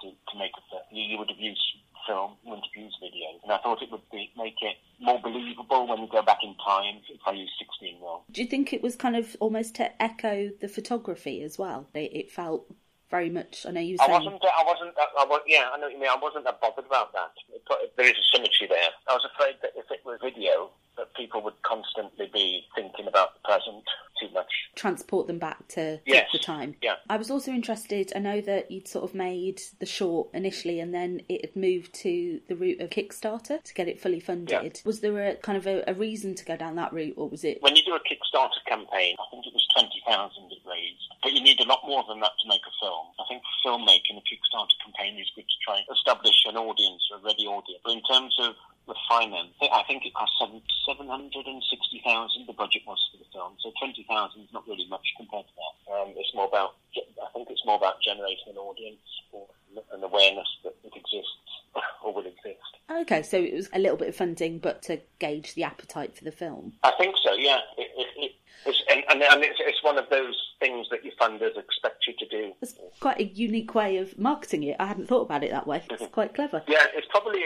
M: to, to make a film. You, you would have used film, you wouldn't have used video. And I thought it would be, make it more believable when you go back in time if I use 16 mil.
I: Do you think it was kind of almost to echo the photography as well? It, it felt very much. I know you were
M: I
I: saying.
M: wasn't. I wasn't. I, I was. Yeah, I know what you mean. I wasn't that bothered about that. It put- There is a symmetry there. I was afraid that if it were video, that people would constantly be thinking about the present too much.
I: transport them back to
M: Yes.
I: the time.
M: Yeah.
I: I was also interested, I know that you'd sort of made the short initially and then it had moved to the route of Kickstarter to get it fully funded. Was there a kind of a, a reason to go down that route or was it
M: When you do a Kickstarter campaign, I think it was twenty thousand it raised, but you need a lot more than that to make a film. I think for filmmaking, a Kickstarter campaign is good to try and establish an audience, a ready audience. But in terms of the finance, I think it cost seven seven hundred and sixty thousand. The budget was for the film, so twenty thousand is not really much compared to that. Um, it's more about, I think it's more about generating an audience or an awareness that it exists or will exist.
I: okay, so it was a little bit of funding but to gauge the appetite for the film.
M: I think so. Yeah, it, it, it, it's, and, and, and it's, it's one of those things that your funders expect you to do.
I: Quite a unique way of marketing it. I hadn't thought about it that way. It's quite clever.
M: Yeah, it's probably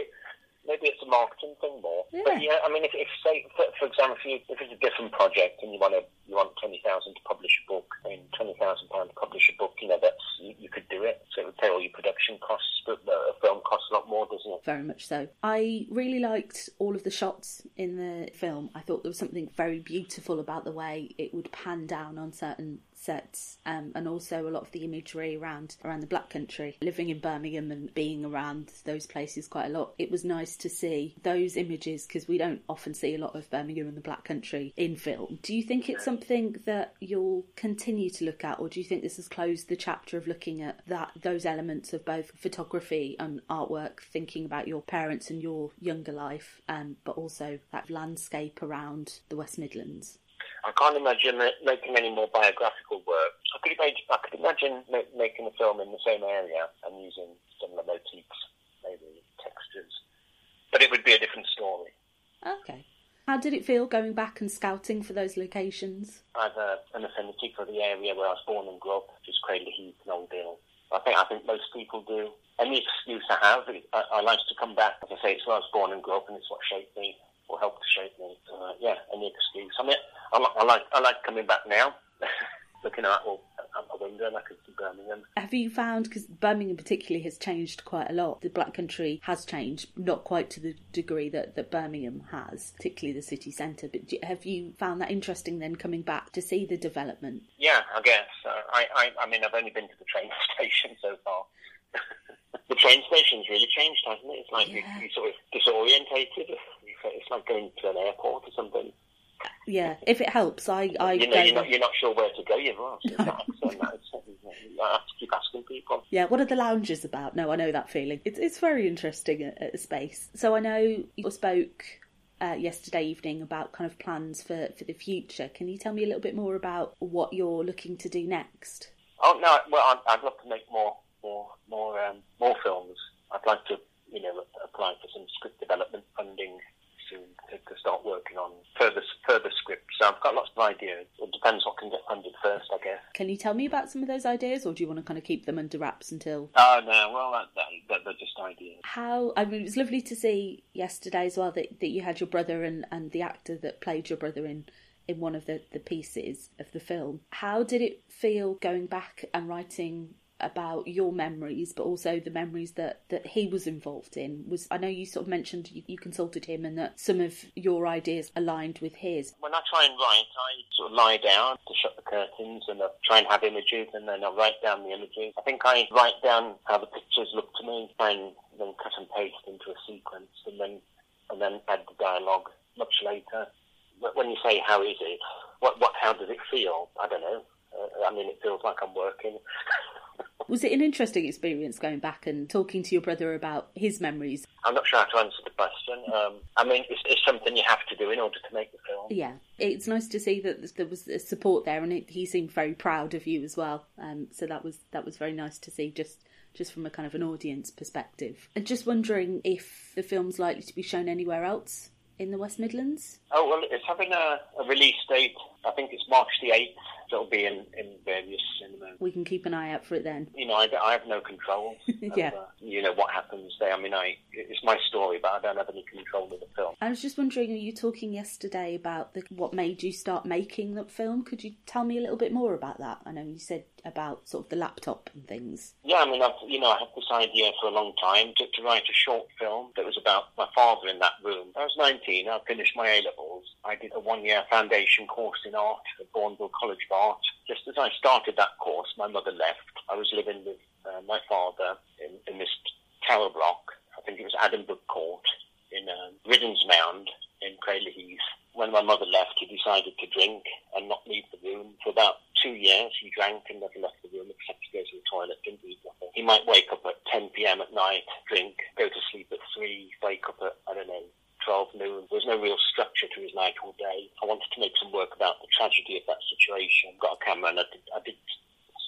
M: maybe it's a marketing thing more. But yeah, I mean, if, if say for, for example, if, you, if it's a different project and you want to you want twenty thousand to publish a book, I mean, twenty thousand pound to publish a book, you know, that's you, you could do it. So it would pay all your production costs, but the, a film costs a lot more, doesn't it?
I: Very much so. I really liked all of the shots in the film. I thought there was something very beautiful about the way it would pan down on certain sets, um, and also a lot of the imagery around around the Black Country. Living in Birmingham and being around those places quite a lot, it was nice to see those images because we don't often see a lot of Birmingham and the Black Country in film. Do you think it's something that you'll continue to look at, or do you think this has closed the chapter of looking at that those elements of both photography and artwork, thinking about your parents and your younger life, um, but also that landscape around the West Midlands?
M: I can't imagine ma- making any more biographical work. I could imagine, I could imagine ma- making a film in the same area and using similar motifs, maybe textures, but it would be a different story.
I: Okay. How did it feel going back and scouting for those locations?
M: I have uh, an affinity for the area where I was born and grew up, which is Cradle Heath and Old Hill. I think I think most people do. Any excuse I have, I, I like to come back. As I say, it's where I was born and grew up, and it's what shaped me or helped to shape me. Uh, yeah, any excuse. I mean, I, li- I like I like coming back now, looking out well, out my window and I can see Birmingham.
I: Have you found, because Birmingham particularly has changed quite a lot, the Black Country has changed, not quite to the degree that, that Birmingham has, particularly the city centre, but do, have you found that interesting then coming back to see the development?
M: Yeah, I guess. Uh, I, I, I mean, I've only been to the train station so far. the train station's really changed, hasn't it? It's like you you, sort of disorientated. It's like going to an airport or something.
I: Yeah, if it helps, I, I
M: you know,
I: go.
M: you're not, you're not sure where to go. You're right. It's that accent, that accent, isn't it? You have to keep asking people.
I: Yeah, what are the lounges about? No, I know that feeling. It's it's very interesting at, at a space. So I know you spoke uh, yesterday evening about kind of plans for for the future. Can you tell me a little bit more about what you're looking to do next?
M: Oh no! Well, I'd, I'd love to make more, more, more, um, more films. I'd like to, you know, apply for some script development funding soon to, to start working on further, further scripts. So I've got lots of ideas. It depends what can get funded first, I guess.
I: Can you tell me about some of those ideas, or do you want to kind of keep them under wraps until?
M: Oh no! Well, that, that, that, they're just ideas.
I: How I mean, it was lovely to see yesterday as well that, that you had your brother and, and the actor that played your brother in in one of the, the pieces of the film. How did it feel going back and writing about your memories, but also the memories that, that he was involved in? Was I know you sort of mentioned you, you consulted him and that some of your ideas aligned with his.
M: When I try and write, I sort of lie down to shut the curtains and I try and have images and then I write down the images. I think I write down how the pictures look to me and then cut and paste into a sequence and then and then add the dialogue much later. But when you say how is it, what what how does it feel? I don't know. Uh, I mean, it feels like I'm working.
I: Was it an interesting experience going back and talking to your brother about his memories?
M: I'm not sure how to answer the question. Um, I mean, it's, it's something you have to do in order to make the film.
I: Yeah, it's nice to see that there was a support there, and it, he seemed very proud of you as well. Um, so that was that was very nice to see, just just from a kind of an audience perspective. And just wondering if the film's likely to be shown anywhere else in the West Midlands.
M: Oh well, it's having a, a release date. I think it's March the eighth. It'll be in, in various cinemas.
I: We can keep an eye out for it then.
M: You know, I, I have no control.
I: Yeah.
M: Over, you know what happens there. I mean, I it's my story, but I don't have any control of the film.
I: I was just wondering, you talking yesterday about the, what made you start making that film? Could you tell me a little bit more about that? I know you said about sort of the laptop and things.
M: Yeah, I mean, I've, you know, I had this idea for a long time to, to write a short film that was about my father in that room. I was 19, I finished my A-levels. I did a one-year foundation course in art at Bourneville College of Art. Just as I started that course, my mother left. I was living with uh, my father in, in this tower block. I think it was Addenbrooke Court in um, Riddens Mound in Crayley Heath. When my mother left, he decided to drink and not leave the room. For about two years, he drank and never left the room except to go to the toilet, didn't eat nothing. He might wake up at 10 p.m. at night, drink, go to sleep at 3, wake up at, I don't know, 12 noon. There was no real structure to his night or day. I wanted to make some work about the tragedy of that situation. Got a camera and I did, I did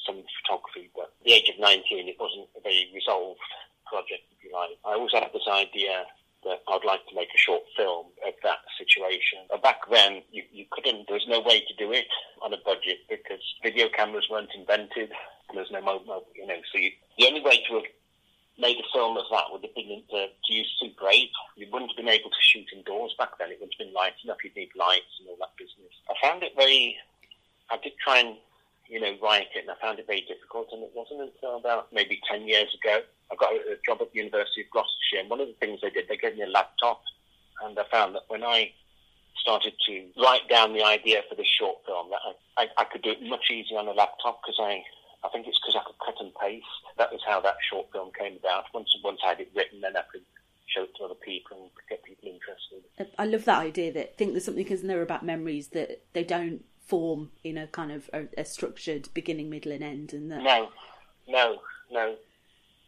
M: some photography, but at the age of 19, it wasn't a very resolved project, if you like. I always had this idea that I'd like to make a short film of that situation. But back then, you, you couldn't, there was no way to do it on a budget because video cameras weren't invented. There was no mobile, you know, so you, the only way to have made a film of that would have been to, to use Super 8. You wouldn't have been able to shoot indoors back then. It wouldn't have been lighting up. You'd need lights and all that business. I found it very, I did try and, you know, write it and I found it very difficult and it wasn't until about maybe 10 years ago I got a job at the University of Gloucestershire, and one of the things they did, they gave me a laptop, and I found that when I started to write down the idea for this short film, that I, I, I could do it much easier on a laptop because I, I think it's because I could cut and paste. That was how that short film came about. Once once I had it written, then I could show it to other people and get people interested.
I: I love that idea that I think there's something isn't there about memories that they don't form in a kind of a, a structured beginning, middle, and end, and that
M: No, no, no.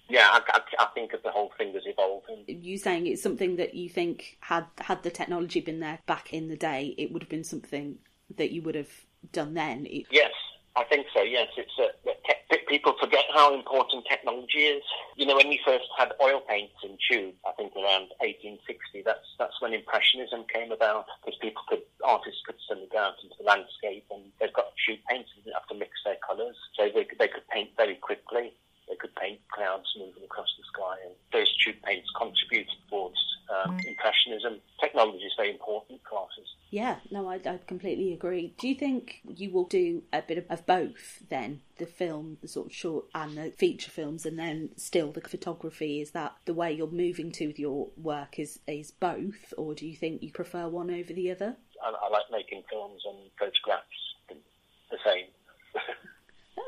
M: Yeah, I, I, I think of the whole thing as evolving.
I: you saying it's something that you think had had the technology been there back in the day, it would have been something that you would have done then. It-
M: Yes, I think so. Yes, it's uh, that te- pe- people forget how important technology is. You know, when we first had oil paints in tube, I think around 1860, that's that's when impressionism came about because people could artists could suddenly go out into the landscape and they've got tube paints and they didn't have to mix their colours, so they could, they could paint very quickly. They could paint clouds moving across the sky, and those tube paints contributed towards um, impressionism. Technology is very important for artists.
I: yeah, no, I, I completely agree. Do you think you will do a bit of, of both then? The film, the sort of short and the feature films, and then still the photography. Is that the way you're moving to with your work? Is is both, or do you think you prefer one over the other?
M: I, I like making films and photographs the, the same.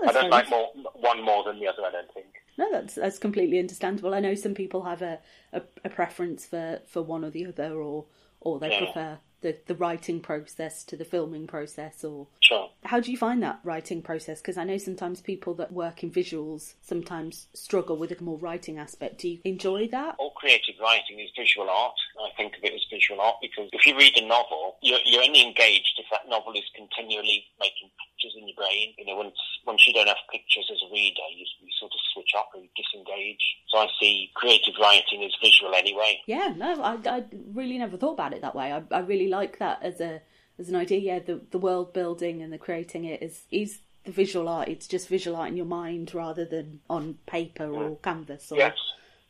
M: I
I: that's
M: don't
I: fair
M: like more, one more than the other, I don't think.
I: No, that's that's completely understandable. I know some people have a, a, a preference for, for one or the other, or or they
M: Yeah.
I: prefer the, the writing process to the filming process. Or
M: Sure.
I: how do you find that writing process? Because I know sometimes people that work in visuals sometimes struggle with a more writing aspect. Do you enjoy that?
M: All creative writing is visual art. I think of it as visual art because if you read a novel, you're, you're only engaged if that novel is continually making pictures in your brain. You know, once once you don't have pictures as a reader, you, you sort of switch off and disengage. So I see creative writing as visual anyway.
I: Yeah, no, I, I really never thought about it that way. I, I really like that as a as an idea. Yeah, the the world building and the creating it is is the visual art. It's just visual art in your mind rather than on paper or canvas. Or,
M: Yes.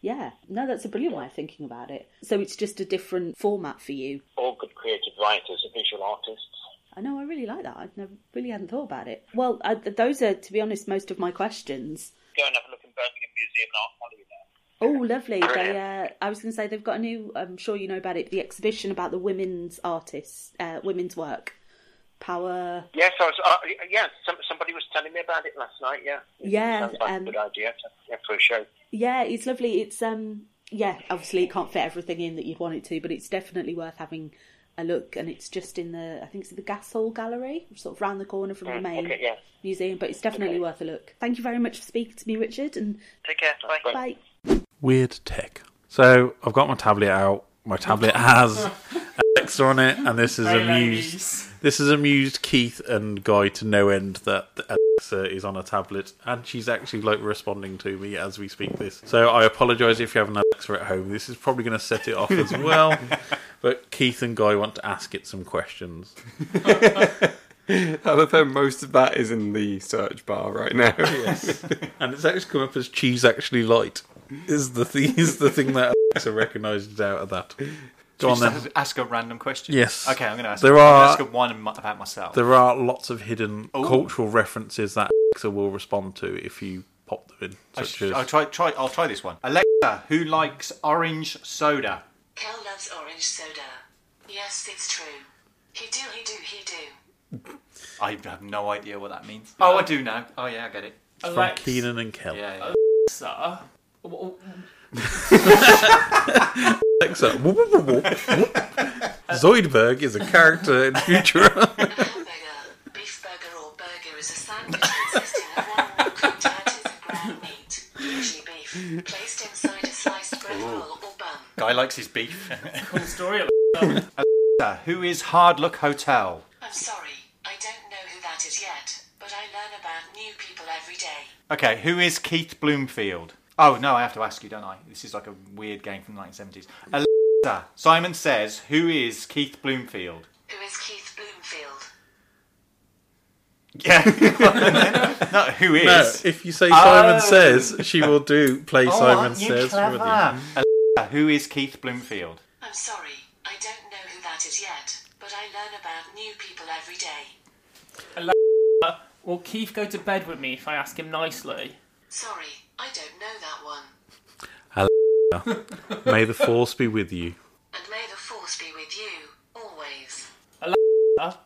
I: Yeah, no, that's a brilliant way of thinking about it. So it's just a different format for you.
M: All good creative writers are visual artists.
I: I know, I really like that. I never, really hadn't thought about it. Well, I, th- those are, to be honest, most of my questions.
M: Go and have a look in Birmingham Museum of Art Folly there.
I: Oh, lovely. They, uh, I was going to say they've got a new, I'm sure you know about it, the exhibition about the women's artists, uh, women's work. Power.
M: Yes, I was, uh, yeah. Some, somebody was telling me about it last night. Yeah,
I: Yeah,
M: sounds like
I: um,
M: a good idea to, yeah, for a show.
I: Yeah, it's lovely. It's um
L: yeah, obviously it can't fit everything in that you'd want it to, but it's definitely worth having a look. And it's just in the, I think it's the Gas Hall Gallery, sort of round the corner from the
M: Mm,
L: main
M: okay, yeah.
L: museum, but it's definitely
M: Okay.
L: worth a look. Thank you very much for speaking to me, Richard, and
M: Take care. Bye.
L: bye.
H: Weird tech. So I've got my tablet out. My tablet has Alexa on it, and this is
J: Hey,
H: amused. This has amused Keith and Guy to no end that Alexa is on a tablet, and she's actually like responding to me as we speak this. So I apologise if you have an Alexa at home. This is probably going to set it off as well. but Keith and Guy want to ask it some questions.
K: I love how most of that is in the search bar right now.
H: Yes. and it's actually come up as cheese actually light. Is the thing is the thing that Alexa recognises out of that.
I: Should
H: Go
I: we
H: on
I: just
H: then.
I: Ask a random question.
H: Yes.
I: Okay, I'm going to ask.
H: There
I: I'm gonna
H: are-
I: ask one mo- about myself.
H: There are lots of hidden
I: Ooh.
H: cultural references that Alexa will respond to if you pop them in.
I: I
H: Such
I: should- I'll
H: as
I: try. Try. I'll try this one. Alexa, who likes orange soda?
N: Cal loves orange soda. Yes, it's true. He do, he do, he do.
I: I have no idea what that means. Oh, I do now. Oh yeah, I get it.
H: from Keenan and Kel.
I: Yeah,
J: Alexa. w-
H: yeah. Alexa. whoop, whoop, whoop, whoop, whoop. Zoidberg is a character in Futurama.
N: Beef burger or burger is a sandwich consisting of one or more cooked patties of ground meat, usually beef, placed inside a sliced bread roll or bun.
I: Guy likes his beef.
J: cool story.
I: Alexa, who is Hard Luck Hotel?
N: I'm sorry, I don't know who that is yet, but I learn about new people every day.
I: Okay, who is Keith Bloomfield? Oh no, I have to ask you, don't I? This is like a weird game from the 1970s. Alexa, Simon says, who is Keith Bloomfield?
N: Who is Keith Bloomfield?
I: Yeah. no, who is?
H: No, if you say Simon
I: Oh.
H: says, she will do play
I: Oh,
H: Simon
I: aren't you
H: says with
I: clever?
H: you.
I: Alexa, who is Keith Bloomfield?
N: I'm sorry, I don't know who that is yet, but I learn about new people every day.
J: Alexa, will Keith go to bed with me if I ask him nicely?
N: Sorry, I don't know that one.
H: Alexa, may the force be with you.
N: And may the force be with you, always.
J: Alexa,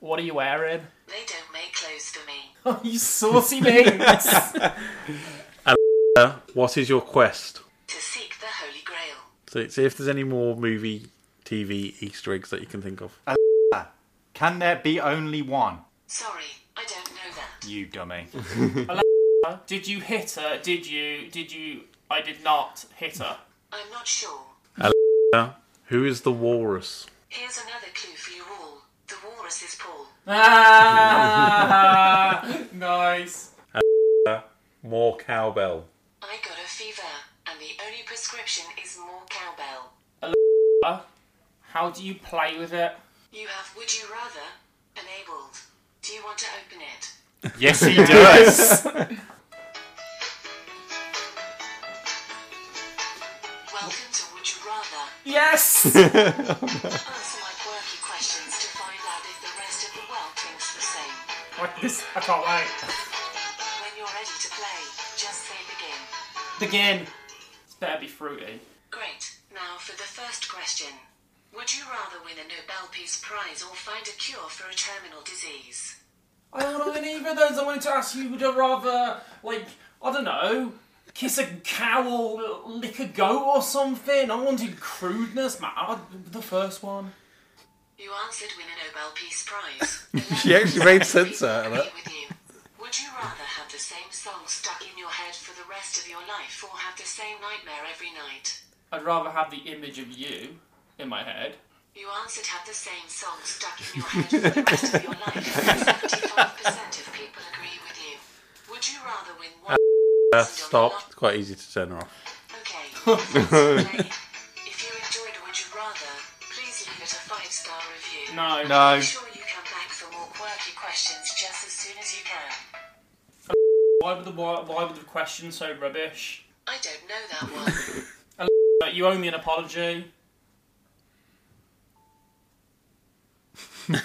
J: what are you wearing?
N: They don't make clothes for me.
J: Oh, you saucy mings!
H: Alexa, Uh, what is your quest?
N: To seek the Holy Grail.
H: So see if there's any more movie, TV Easter eggs that you can think of.
I: Alexa, can there be only one?
N: Sorry, I don't know that.
I: You dummy.
J: Alexa, did you hit her? Did you? Did you? I did not hit her.
N: I'm not sure.
I: Uh,
H: Alexa, who is the walrus?
N: Here's another clue for you all. The walrus is Paul.
J: Ah, nice.
H: Alexa, more cowbell.
N: I got a fever, and the only prescription is more cowbell.
J: Alexa, how do you play with it?
N: You have Would You Rather enabled. Do you want to open it?
I: Yes, he does.
N: Welcome to Would You Rather.
J: Yes!
N: Answer my quirky questions to find out if the rest of the world thinks the same.
J: Like this? I can't wait.
N: When you're ready to play, just say begin.
J: Begin. It's better be fruity.
N: Great. Now for the first question. Would you rather win a Nobel Peace Prize or find a cure for a terminal disease?
J: I don't know any of those. I wanted to ask you, would you rather, like, I don't know, kiss a cow or lick a goat or something? I wanted crudeness, man. I, the first one.
N: You answered win a Nobel Peace Prize.
H: She actually made sense out of that.
N: With you. Would you rather have the same song stuck in your head for the rest of your life or have the same nightmare every night?
J: I'd rather have the image of you in my head.
N: You answered have the same song stuck in your head for the rest of your life. 75% of people agree with you. Would you rather win one?
H: Alexa, stop. It's Uh, quite easy to turn her off.
N: Okay. if you enjoyed Would You Rather, please leave it a five star review.
J: No.
I: No.
N: Make sure you come back for more quirky questions just as soon as you can.
J: Why were the why, why were the questions so rubbish?
N: I don't know that one.
J: Like, you owe me an apology.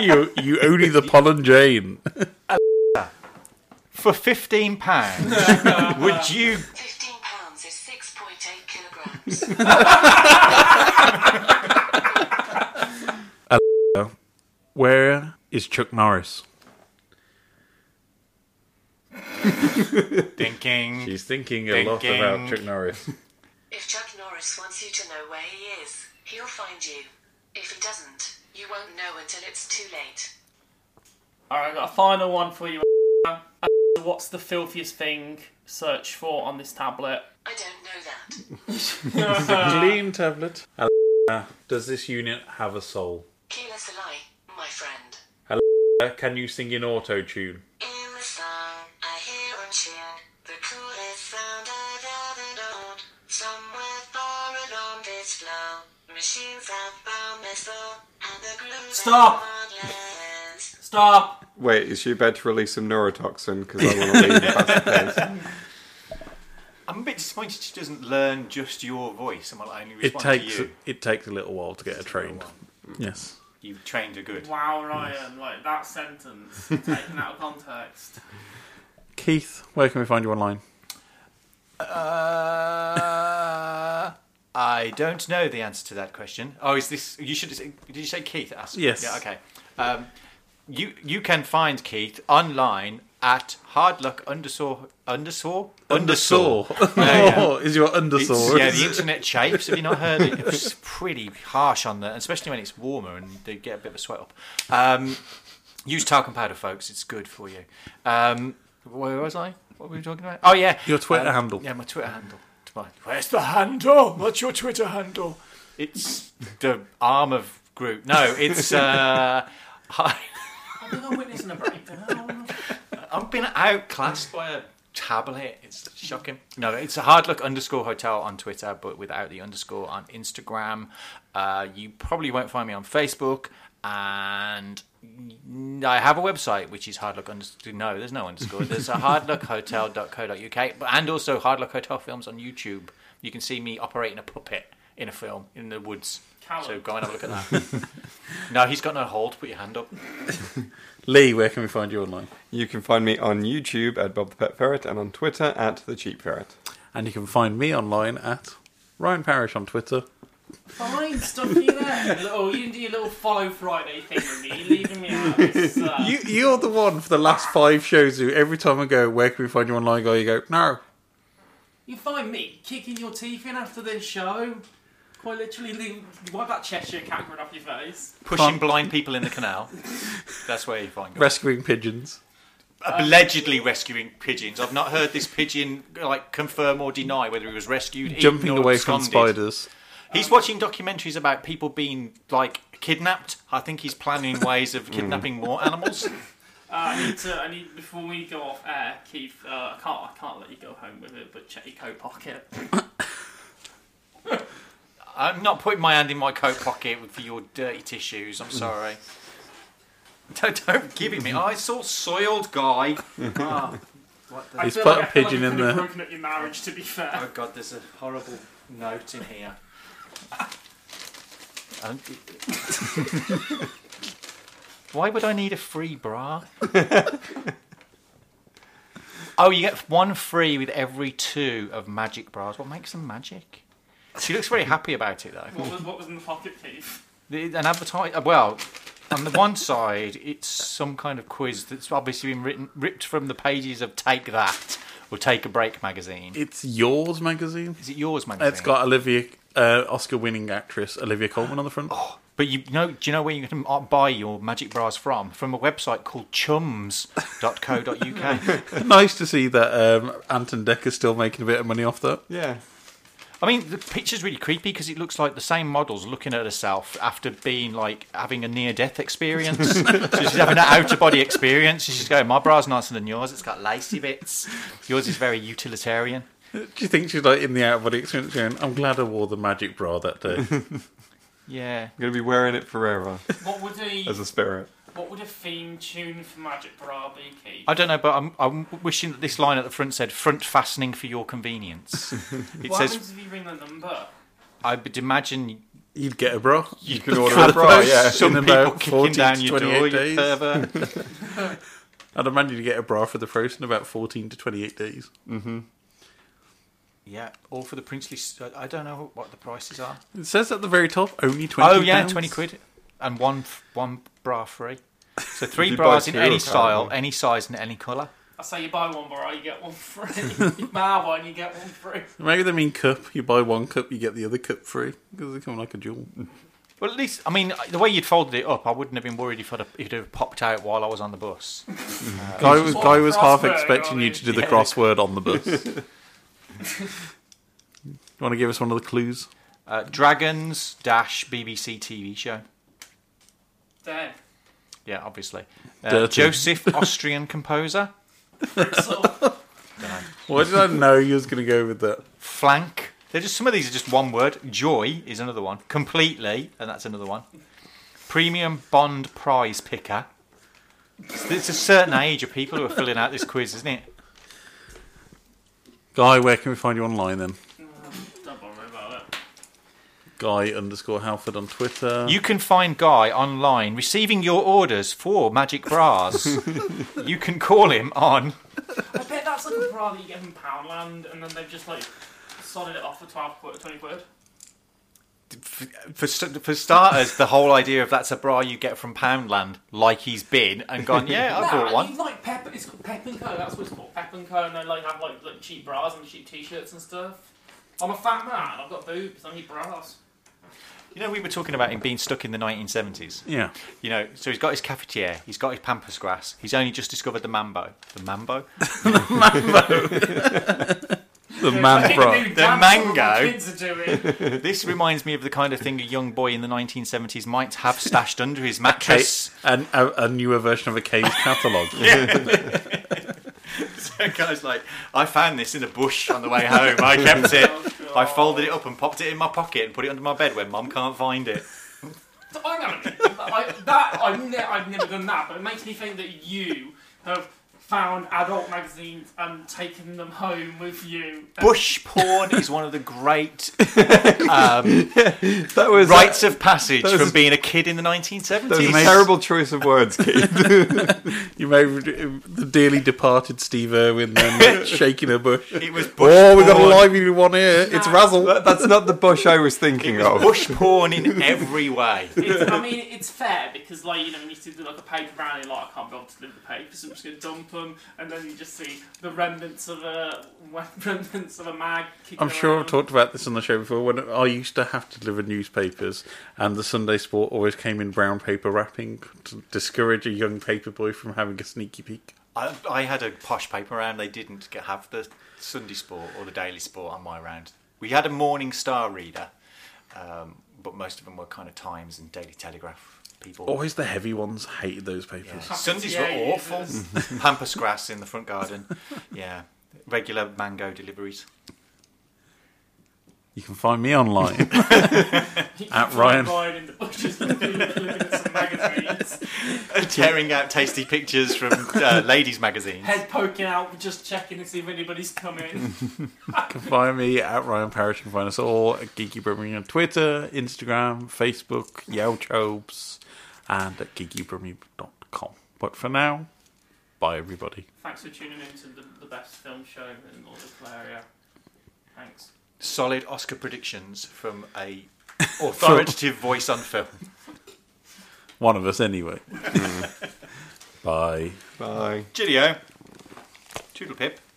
H: you you only the pollen Jane.
I: For fifteen pounds, would you?
N: Fifteen pounds is six point eight kilograms.
H: Alexa, where is Chuck Norris?
I: Thinking.
H: She's thinking a lot
I: Thinking.
H: about Chuck Norris.
N: if Chuck Boris wants you to know where he is. He'll find you. If he doesn't, you won't know until it's too late.
J: Alright, I got a final one for you. What's the filthiest thing search for on this tablet?
N: I don't know
H: It's a clean tablet. Alexa, Does this unit have a soul?
N: Keyless lie, my friend.
H: Alexa, Can you sing in auto tune?
N: In the song, I hear and cheer the coolest sound I've ever known. Somewhere far along this flow, machines have found their soul, and the groove
J: Stop! Stop!
K: Wait, is she about to release some neurotoxin? Because I want to leave fast pace.
F: I'm a bit disappointed she doesn't learn just your voice and will only
H: It
F: respond
H: takes
F: to you.
H: it takes a little while to get her trained. Yes.
F: You've trained her good.
J: Wow, Ryan, like that sentence taken out of context.
H: Keith, where can we find you online?
F: Uh, I don't know the answer to that question. Oh, is this? You should. Did you say Keith asked?
H: Yes.
F: Yeah. Okay. Um, you you can find Keith online at hardluck underscore underscore
H: Undersore. Oh, is your undersore?
F: It's- Yeah, the internet shapes. Have you not heard it? It's pretty harsh on that, especially when it's warmer and they get a bit of a sweat up. Um, use talcum powder, folks. It's good for you. Um, where was I? What were we talking about? Oh yeah,
H: Your Twitter
F: Um,
H: handle.
F: Yeah, my Twitter handle. It's my- Where's the handle? What's your Twitter handle? It's the arm of group. No, it's. Uh, hi.
J: I think I'm witnessing a breakdown.
F: I've been outclassed by a tablet. It's shocking. No, it's a hard look underscore hotel on Twitter, but without the underscore on Instagram. Uh, you probably won't find me on Facebook. And I have a website which is hardluck underscore. No, there's no underscore. There's a hardluckhotel.co.uk, but and also hardluck hotel films on YouTube. You can see me operating a puppet in a film in the woods.
J: Callum.
F: So go and have a look at that. no, he's got no hold. Put your hand up.
H: Lee, where can we find you online?
K: You can find me on YouTube at Bob the Pet Ferret and on Twitter at The Cheap Ferret.
H: And you can find me online at Ryan Parish on Twitter.
J: Fine, stuff you there. Little, you didn't do your little follow Friday thing with me, you're leaving me out. It's, uh,
H: You, you're the one for the last five shows who every time I go, where can we find you online? Guy, you go, no.
J: You find me kicking your teeth in after this show. Quite literally, leave- wipe that Cheshire cat run off your face.
F: Pushing blind people in the canal. That's where you find God.
H: Rescuing pigeons.
F: Allegedly rescuing pigeons. I've not heard this pigeon like confirm or deny whether he was rescued. eaten,
H: Jumping
F: or
H: away from
F: absconded.
H: spiders.
F: He's watching documentaries about people being like kidnapped. I think he's planning ways
H: Mm.
F: of kidnapping more animals.
J: Uh, I need to. I need before we go off air, Keith. Uh, I can't. I can't let you go home with it. But check your coat pocket.
F: I'm not putting my hand in my coat pocket for your dirty tissues. I'm sorry. Don't, don't give it me. I saw soiled guy. Ah, what the-
J: I
H: He's
J: feel
H: put
J: like-
H: a
J: I feel like
H: pigeon
J: I
H: in
J: could have
H: there.
J: Broken up your marriage, to be fair.
F: Oh god, there's a horrible note in here. Um, Why would I need a free bra? oh, you get one free with every two of magic bras. What makes them magic? She looks very happy about it though.
J: What was, what was in the pocket, Keith?
F: The- An advertise. uh, Well, on the one side, it's some kind of quiz that's obviously been written ripped from the pages of Take That or Take a Break magazine.
H: It's yours magazine.
F: Is it yours magazine?
H: It's got Olivia, uh, Oscar-winning actress Olivia Colman on the front.
F: But you know, do you know where you can uh, buy your magic bras from? From a website called chums.co.uk.
H: nice to see that um, Anton Decker's still making a bit of money off that.
K: Yeah.
F: I mean, the picture's really creepy because it looks like the same model's looking at herself after being like having a near death experience. so she's having an out of body experience. She's going, My bra's nicer than yours. It's got lacy bits. Yours is very utilitarian.
H: Do you think she's like in the out of body experience going, I'm glad I wore the magic bra that day?
F: Yeah.
K: I'm going to be wearing it forever
J: What would a
K: as a spirit.
J: what would a theme tune for Magic Bra be, Keith?
F: I don't know, but I'm, I'm wishing that this line at the front said front fastening for your convenience. It
J: what
F: says,
J: happens if you ring the number?
F: I would imagine
H: You'd get a bra.
F: You
K: could order a bra, yeah.
F: Some
H: In
F: people
H: about
F: kicking
H: 40
F: down
H: to
F: your door,
H: 28
F: you
H: days.
F: pervert.
H: I'd imagine you get a bra for the price in about 14 to 28 days.
K: Mm-hmm.
F: yeah, all for the princely. s- I don't know what the prices are.
H: It says at the very top, only 20
F: oh yeah,
H: pounds.
F: twenty quid and one f- one bra free. So
K: If
F: three
K: you buy
F: bras in
K: two,
F: any
K: apparently.
F: style, any size, and any colour.
J: I say you buy one bar, you get one free. you buy one, you get one free.
H: Maybe they mean cup. You buy one cup, you get the other cup free because they come like a jewel.
F: Well, at least I mean uh, the way you'd folded it up, I wouldn't have been worried if I'd have, it'd have popped out while I was on the bus. Uh,
H: Guy was, guy was half
F: Crossword,
H: expecting you
F: Ollie.
H: to do the
F: Yeah.
H: crossword on the bus. you want to give us one of the clues?
F: Uh, Dragons dash BBC TV show.
J: Dead.
F: Yeah, obviously. Uh,
H: Dirty.
F: Joseph, Austrian composer.
H: Why did I know you was going to go with that?
F: Flank. They're just some of these are just one word. Joy is another one. Completely, and that's another one. Premium Bond Prize Picker. It's, it's a certain age of people who are filling out this quiz, isn't it?
H: Guy, where can we find you online then?
J: Don't bother about it.
H: Guy underscore Halford on Twitter.
F: You can find Guy online receiving your orders for magic bras. you can call him on.
J: I bet that's like a bra that you get from Poundland, and then they've just like sodded it off for 12 quid, 20 quid.
F: For, st- for starters, the whole idea of that's a bra you get from Poundland, like he's been and gone, yeah, I
J: No,
F: bought one.
J: You like Pep, it's called Pep and Co. That's what it's called, Pep and Co. And they like have like, like cheap bras and cheap t-shirts and stuff. I'm a fat man. I've got boobs. I need bras.
F: You know, we were talking about him being stuck in the 1970s.
H: Yeah.
F: You know, so he's got his cafetiere, he's got his pampas grass, he's only just discovered the mambo. The mambo? the
H: mambo. The man bra.
F: The mango.
J: Kids are doing.
F: this reminds me of the kind of thing a young boy in the 1970s might have stashed under his mattress.
H: and a, a newer version of a cave catalogue.
F: Yeah. so guy's like, I found this in a bush on the way home. I kept it. I folded it up and popped it in my pocket and put it under my bed where mum can't find it.
J: So hang on a minute. I, that I've, ne- I've never done that, but it makes me think that you have found adult magazines and taken them home with you.
F: Bush porn is one of the great um, rites of passage
K: that was
F: from
K: a-
F: being a kid in the 1970s.
K: That was a terrible choice of words, Keith.
H: you made the dearly departed Steve Irwin then shaking a bush.
F: It was bush
H: Oh, we got a
F: porn.
H: lively one here. It's Razzle.
K: that's not the bush I was thinking of.
F: Bush porn in every way.
J: It's, I mean, it's fair because, like, you know, when you see like a paper round, you're like, I can't be able to deliver the papers, so I'm just going to dump them, and then you just see the remnants of a remnants of a mag. Kicking
H: I'm sure I've
J: around.
H: talked about this on the show before. When I used to have to deliver newspapers, and the Sunday Sport always came in brown paper wrapping to discourage a young paper boy from having a sneaky peek.
F: I, I had a posh paper round. They didn't get, have the Sunday Sport or the Daily Sport on my round. We had a Morning Star reader, um, but most of them were kind of Times and Daily Telegraph people.
H: Always the heavy ones hated those papers.
F: Sundays
J: Oh, Yeah,
F: were
J: yeah,
F: awful.
J: it is.
F: Pampas grass in the front garden. Yeah, regular mango deliveries.
H: You can find me online at Ryan.
J: Ryan in the bushes looking at some magazines,
F: Tearing out tasty pictures from uh, ladies' magazines.
J: head poking out, just checking to see if anybody's coming.
H: You can find me at Ryan Parish. You can find us all at Geeky Birmingham on Twitter, Instagram, Facebook, Yowchobes, and at geekybirmingham.com. But for now, bye everybody.
J: Thanks for tuning in to the, the best film show in the local area. Thanks.
F: Solid Oscar predictions from a authoritative voice on film.
H: One of us, anyway. bye.
K: Bye.
F: Cheerio. Toodle pip.